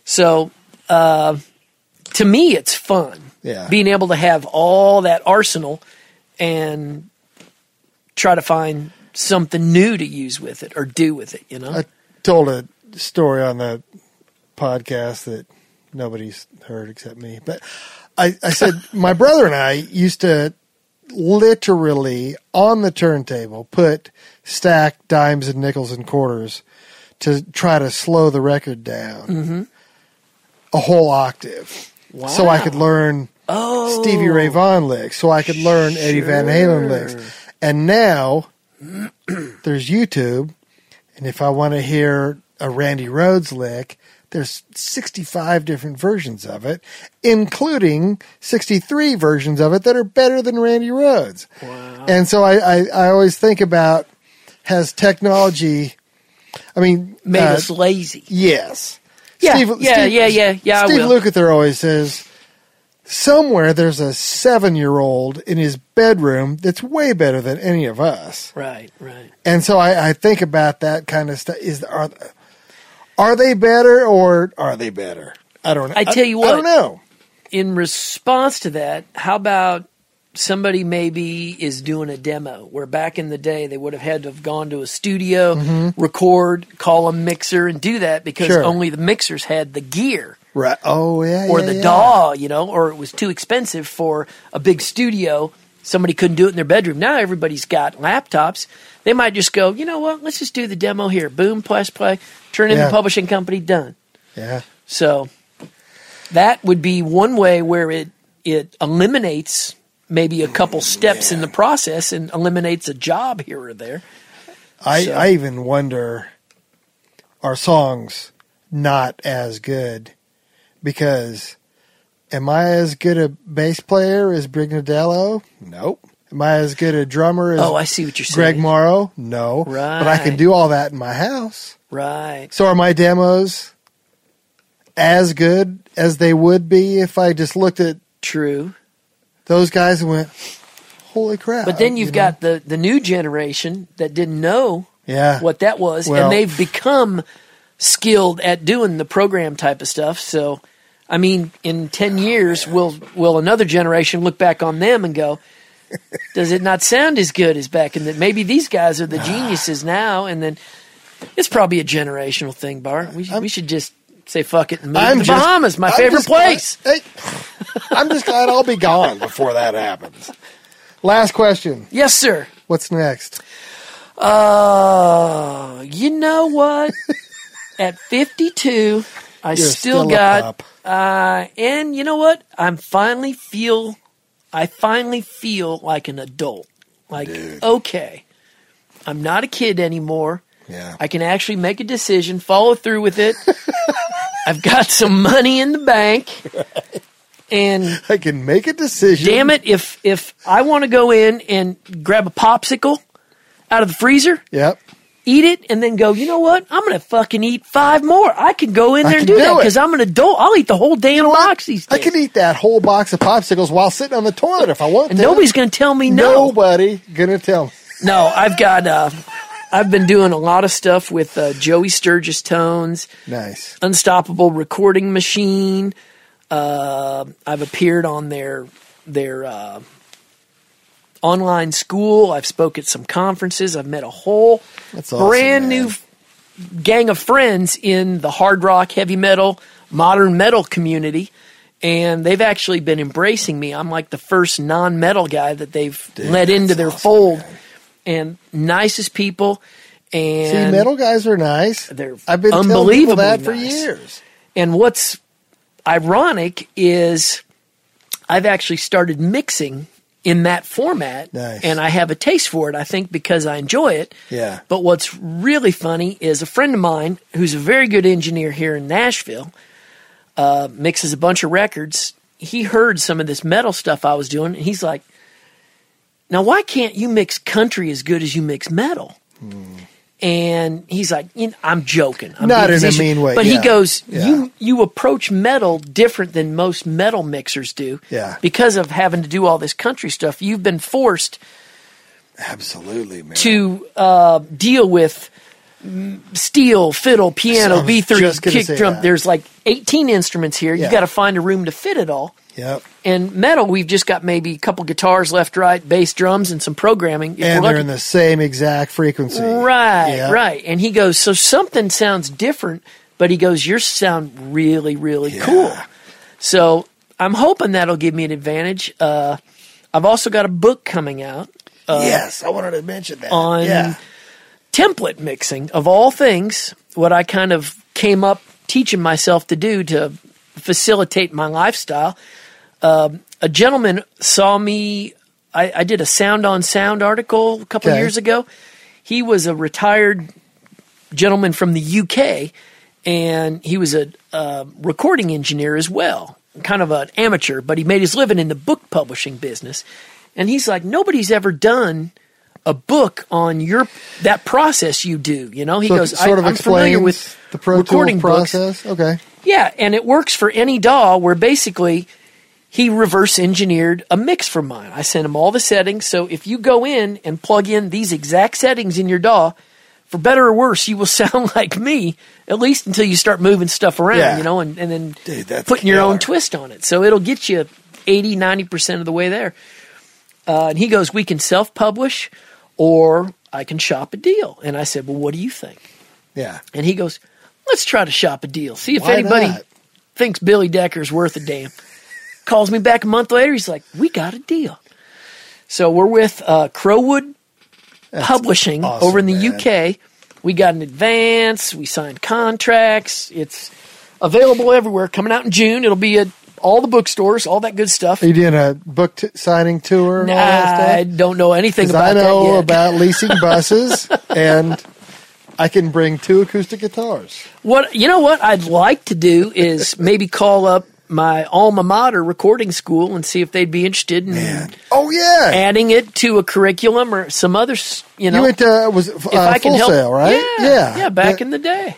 B: So, uh, to me, it's fun.
A: Yeah.
B: Being able to have all that arsenal and try to find something new to use with it or do with it, you know?
A: I told a story on the podcast that nobody's heard except me. But I, I
B: [laughs]
A: said my brother and I used to literally on the turntable put stacked dimes and nickels and quarters to try to slow the record down
B: Mm-hmm.
A: a whole octave. So I could
B: Wow.
A: learn
B: oh,
A: Stevie Ray Vaughan licks, so I could learn Eddie Van Halen licks. And now there's YouTube, and if I want to hear a Randy Rhodes lick, there's 65 different versions of it, including 63 versions of it that are better than Randy Rhodes.
B: Wow.
A: And so I, I, I always think about has technology, I mean,
B: made
A: uh,
B: us lazy.
A: Yes.
B: Yeah, yeah, yeah, yeah, yeah, I
A: Steve
B: will.
A: Lukather always says, somewhere there's a seven-year-old in his bedroom that's way better than any of us.
B: Right, right.
A: And so I, I think about that kind of stuff. Is are are they better or are they better? I don't know.
B: I tell you
A: I don't
B: what.
A: know.
B: in response to that, how about somebody maybe is doing a demo where back in the day they would have had to have gone to a studio, record, call a mixer, and do that because
A: Mm-hmm. Sure.
B: only the mixers had the gear
A: Right. Oh yeah.
B: or
A: yeah,
B: the
A: yeah.
B: DAW, you know, or it was too expensive for a big studio. Somebody couldn't do it in their bedroom. Now everybody's got laptops. They might just go, you know what, let's just do the demo here. Boom, press play, turn in
A: Yeah.
B: the publishing company, done.
A: Yeah.
B: So that would be one way where it it eliminates maybe a couple steps in the process and eliminates a job here or there.
A: I
B: So-
A: I even wonder are songs not as good because am I as good a bass player as Brignadello? Nope. Am I as good a drummer as
B: Oh, I see what you're saying.
A: Greg Morrow? No. But I can
B: Right.
A: do all that in my house.
B: right.
A: So are my demos as good as they would be if I just looked at
B: True.
A: those guys and went, "Holy crap!"
B: But then you've
A: Uh, you know?
B: got the the new generation that didn't know
A: yeah,
B: what that was
A: Well-
B: and they've become skilled at doing the program type of stuff. So I mean, in 10 years will will another generation look back on them and go, does it not sound as good as back in the maybe these guys
A: [sighs]
B: are the geniuses now and then it's probably a generational thing, Bart. We, we should just say fuck it and move to the
A: just-
B: Bahamas, my
A: I'm
B: favorite
A: just glad-
B: place.
A: Hey, I'm just glad I'll be gone before that happens. Last question.
B: Yes, sir.
A: What's next?
B: Uh, you
A: [laughs]
B: know what? At 52, I
A: You're
B: still,
A: still a
B: got.
A: pup.
B: Uh, and you know what? I'm finally feel. I finally feel like an adult. Like okay, I'm not a kid anymore.
A: Yeah.
B: I can actually make a decision, follow through
A: [laughs]
B: with it. I've got some money in the bank, and
A: I can make a decision.
B: damn it, if if I want to go in and grab a popsicle out of the freezer,
A: Yep.
B: eat it and then go, you know what? I'm going to fucking eat five more. I can go in
A: I
B: there and
A: can
B: do
A: do
B: that
A: it.
B: because I'm an adult. I'll eat the whole damn
A: what?
B: box these
A: I
B: days.
A: could eat that whole box of popsicles while sitting on the toilet if I want
B: and
A: to.
B: nobody's going to tell me no.
A: Nobody gonna tell me.
B: No, I've got, uh, I've been doing a lot of stuff with uh, Joey Sturgis Tones,
A: Nice.
B: Unstoppable Recording Machine. Uh, I've appeared on their, their, uh, online school. I've spoke at some conferences. I've met a whole
A: That's awesome, man.
B: brand new f- gang of friends in the hard rock, heavy metal, modern metal community. And they've actually been embracing me. I'm like the first non metal guy that they've let into their fold. And nicest people.
A: See,
B: And
A: metal guys are nice.
B: They're
A: I've been telling people
B: unbelievably
A: that for
B: nice.
A: years.
B: And what's ironic is I've actually started mixing in that format
A: Nice.
B: and I have a taste for it, I think, because I enjoy it.
A: Yeah.
B: But what's really funny is a friend of mine who's a very good engineer here in Nashville uh, mixes a bunch of records. He heard some of this metal stuff I was doing, and he's like, "Now, why can't you mix country as good as you mix metal?" And he's like, you know, "I'm joking, I'm
A: Not
B: being
A: in a
B: facetious."
A: mean way,
B: But
A: yeah.
B: he goes,
A: Yeah.
B: "You you approach metal different than most metal mixers do,
A: Yeah.
B: because of having to do all this country stuff. You've been forced."
A: Absolutely, man.
B: to uh, deal with mm, steel, fiddle,
A: I
B: piano,
A: was
B: B three,
A: just gonna
B: kick
A: say
B: drum.
A: that.
B: There's like 18 instruments here.
A: Yeah.
B: You got to find a room to fit it all.
A: Yep.
B: And metal, we've just got maybe a couple guitars, left, right, bass, drums, and some programming. if
A: And
B: we're
A: they're
B: lucky.
A: in the same exact frequency.
B: Right,
A: Yeah.
B: right. And he goes, so something sounds different, but he goes, yours sound really, really cool. So I'm hoping that'll give me an advantage. Uh, I've also got a book coming out
A: yes, I wanted to mention that.
B: Uh, on
A: yeah.
B: template mixing of all things what i kind of came up teaching myself to do to facilitate my lifestyle um, a gentleman saw me I, I did a sound on sound article a couple
A: Okay.
B: years ago he was a retired gentleman from the uk and he was a uh, recording engineer as well kind of an amateur but he made his living in the book publishing business and he's like nobody's ever done a book on your that process you do. You know, he
A: So it
B: goes,
A: sort
B: I,
A: of
B: I'm familiar
A: explains
B: with
A: the Pro Tools
B: recording books.
A: process. Okay.
B: Yeah, and it works for any DAW where basically he reverse engineered a mix from mine. I sent him all the settings. So if you go in and plug in these exact settings in your DAW, for better or worse, you will [laughs] sound like me, at least until you start moving stuff around,
A: Yeah.
B: you know, and, and then
A: Dude, that's
B: putting your
A: killer.
B: own twist on it. So it'll get you 80, 90% of the way there. Uh, and he goes, We can self publish or I can shop a deal. And I said, Well, what do you think?
A: Yeah.
B: And he goes, let's try to shop a deal. See if
A: Why
B: anybody
A: not?
B: thinks Billy Decker's worth a damn. Calls me back a month later. He's like, we got a deal. So we're with uh, Crowwood Publishing
A: awesome,
B: over in the
A: man.
B: UK. We got an advance. We signed contracts. It's available everywhere. Coming out in June. It'll be at all the bookstores, all that good stuff.
A: Are you doing a book t- signing tour and all that stuff?
B: I don't know anything
A: Because
B: about
A: I
B: that
A: know
B: yet. [laughs]
A: about leasing buses, and I can bring two acoustic guitars.
B: What you know? What I'd like to do is maybe call up my alma mater recording school and see if they'd be interested in
A: Oh yeah,
B: adding it to a curriculum or some other. s- You
A: you,
B: know,
A: went to was it,
B: if
A: uh,
B: I can
A: full
B: help,
A: sale, right?
B: Yeah, yeah. Back in the day,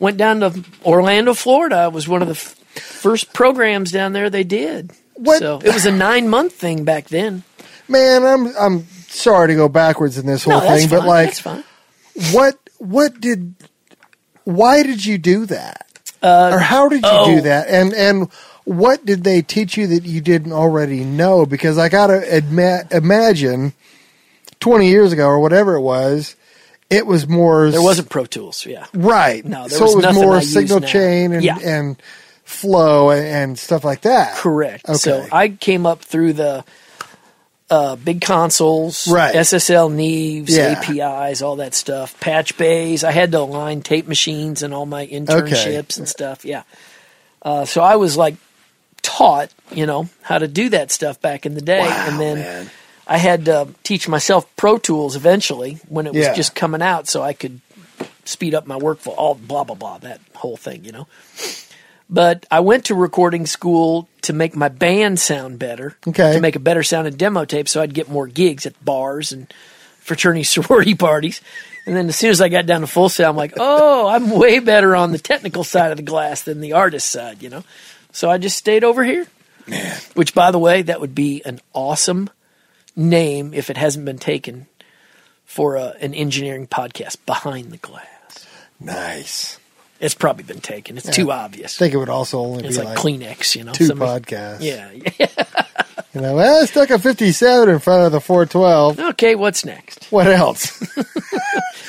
B: went down to Orlando, Florida. It was one of the f- first programs down there they did.
A: What-
B: So it was a nine month thing back then.
A: man, I'm I'm sorry to go backwards in this whole
B: No, that's
A: thing,
B: fine.
A: but like,
B: that's fine.
A: what what did why did you do that, or how did you
B: oh.
A: do that, and and what did they teach you that you didn't already know? Because I gotta adma- imagine, twenty years ago or whatever it was, it was more
B: There wasn't Pro Tools. Yeah.
A: Right.
B: No, there
A: so
B: was
A: it was
B: nothing
A: more
B: I use
A: signal
B: now.
A: chain and,
B: Yeah.
A: and flow and, and stuff like that.
B: Correct.
A: Okay.
B: So I came up through the uh, big consoles,
A: Right.
B: SSL Neves,
A: Yeah.
B: APIs, all that stuff, patch bays. I had to align tape machines and all my internships and stuff. Yeah. Uh, so I was like taught, you know, how to do that stuff back in the day.
A: Wow,
B: and then
A: man.
B: I had to teach myself Pro Tools eventually when it was
A: Yeah.
B: just coming out so I could speed up my workflow, all blah, blah, blah, that whole thing, you know. But I went to recording school to make my band sound better,
A: Okay.
B: to make a better sounding demo tape so I'd get more gigs at bars and fraternity [laughs] sorority parties. And then as soon as I got down to full sail, I'm like, oh, I'm way better on the technical side of the glass than the artist side, you know? So I just stayed over here. Which, by the way, that would be an awesome name if it hasn't been taken for a, an engineering podcast, Behind the Glass.
C: Nice.
B: It's probably been taken. It's too
A: I
B: obvious.
A: think it would also only
B: It's
A: be
B: like,
A: like,
B: Kleenex, you know?
A: two
B: somebody-
A: podcasts.
B: Yeah. [laughs]
A: You know, well, I stuck a 57 in front of the 412.
B: okay, what's next?
A: [laughs] What else? [laughs]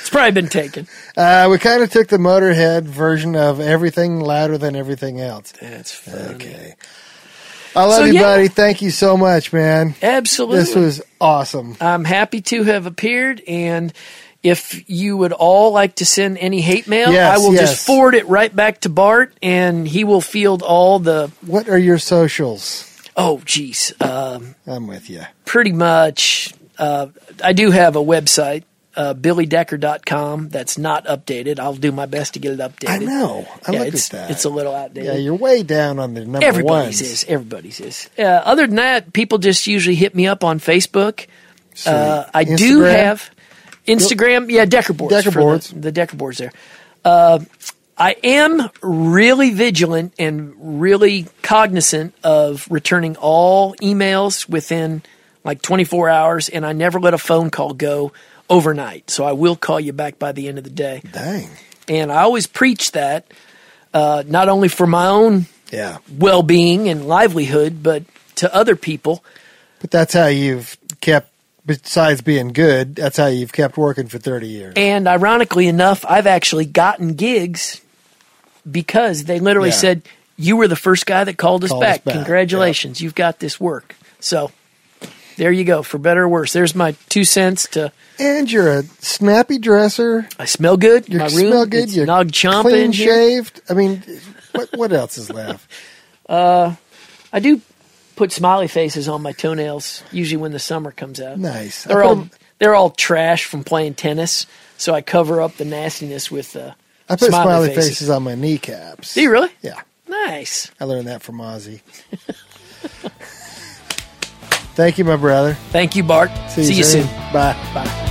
B: It's probably been taken.
A: uh, we kind of took the Motorhead version of everything louder than everything else.
B: That's funny.
C: Okay.
A: I love
B: So,
A: you,
B: yeah. Mm-hmm.
A: buddy. Thank you so much, man.
B: Absolutely.
A: This was awesome.
B: I'm happy to have appeared and if you would all like to send any hate mail,
A: Yes,
B: I will
A: yes.
B: just forward it right back to Bart and he will field all the
A: What are your socials?
B: oh geez. Um,
A: I'm with you.
B: pretty much uh, I do have a website, uh billydecker.com that's not updated. I'll do my best to get it updated.
A: I know. I
B: yeah,
A: looked
B: it's,
A: at that.
B: it's a little outdated.
A: yeah, you're way down on the number
B: Everybody's
A: ones.
B: is. Everybody's is. Uh, other than that, people just usually hit me up on Facebook. Uh, I do
A: Instagram?
B: have Instagram. Yeah, Decker boards.
A: Decker
B: for the-
A: boards.
B: The, Decker boards there. Uh, I am really vigilant and really cognizant of returning all emails within like 24 hours, and I never let a phone call go overnight. So I will call you back by the end of the day.
C: Dang.
B: And I always preach that, uh, not only for my own
C: Yeah.
B: well being and livelihood, but to other people.
A: But that's how you've kept, besides being good, that's how you've kept working for 30 years.
B: And ironically enough, I've actually gotten gigs because they literally
A: Yeah.
B: said, You were the first guy that called us,
A: Called us
B: back.
A: back,
B: Congratulations, you've got this work. So there you go, for better or worse. There's my two cents to
A: and you're a snappy dresser.
B: I smell good,
A: You
B: my room
A: smell good.
B: it's
A: You're
B: nog chomping.
A: clean
B: here.
A: shaved. I mean, what, what else is
B: [laughs]
A: left?
B: I do put smiley faces on my toenails usually when the summer comes out.
A: Nice. I
B: They're
A: put
B: all
A: 'em-
B: they're all trash from playing tennis, so I cover up the nastiness with uh,
A: I put smiley, faces. on my kneecaps.
B: Do you really?
A: Yeah,
B: Nice.
A: I learned that from
B: [laughs]
A: Ozzy. Thank you, my brother.
B: Thank you, Bart. See, you soon.
A: Bye. Bye.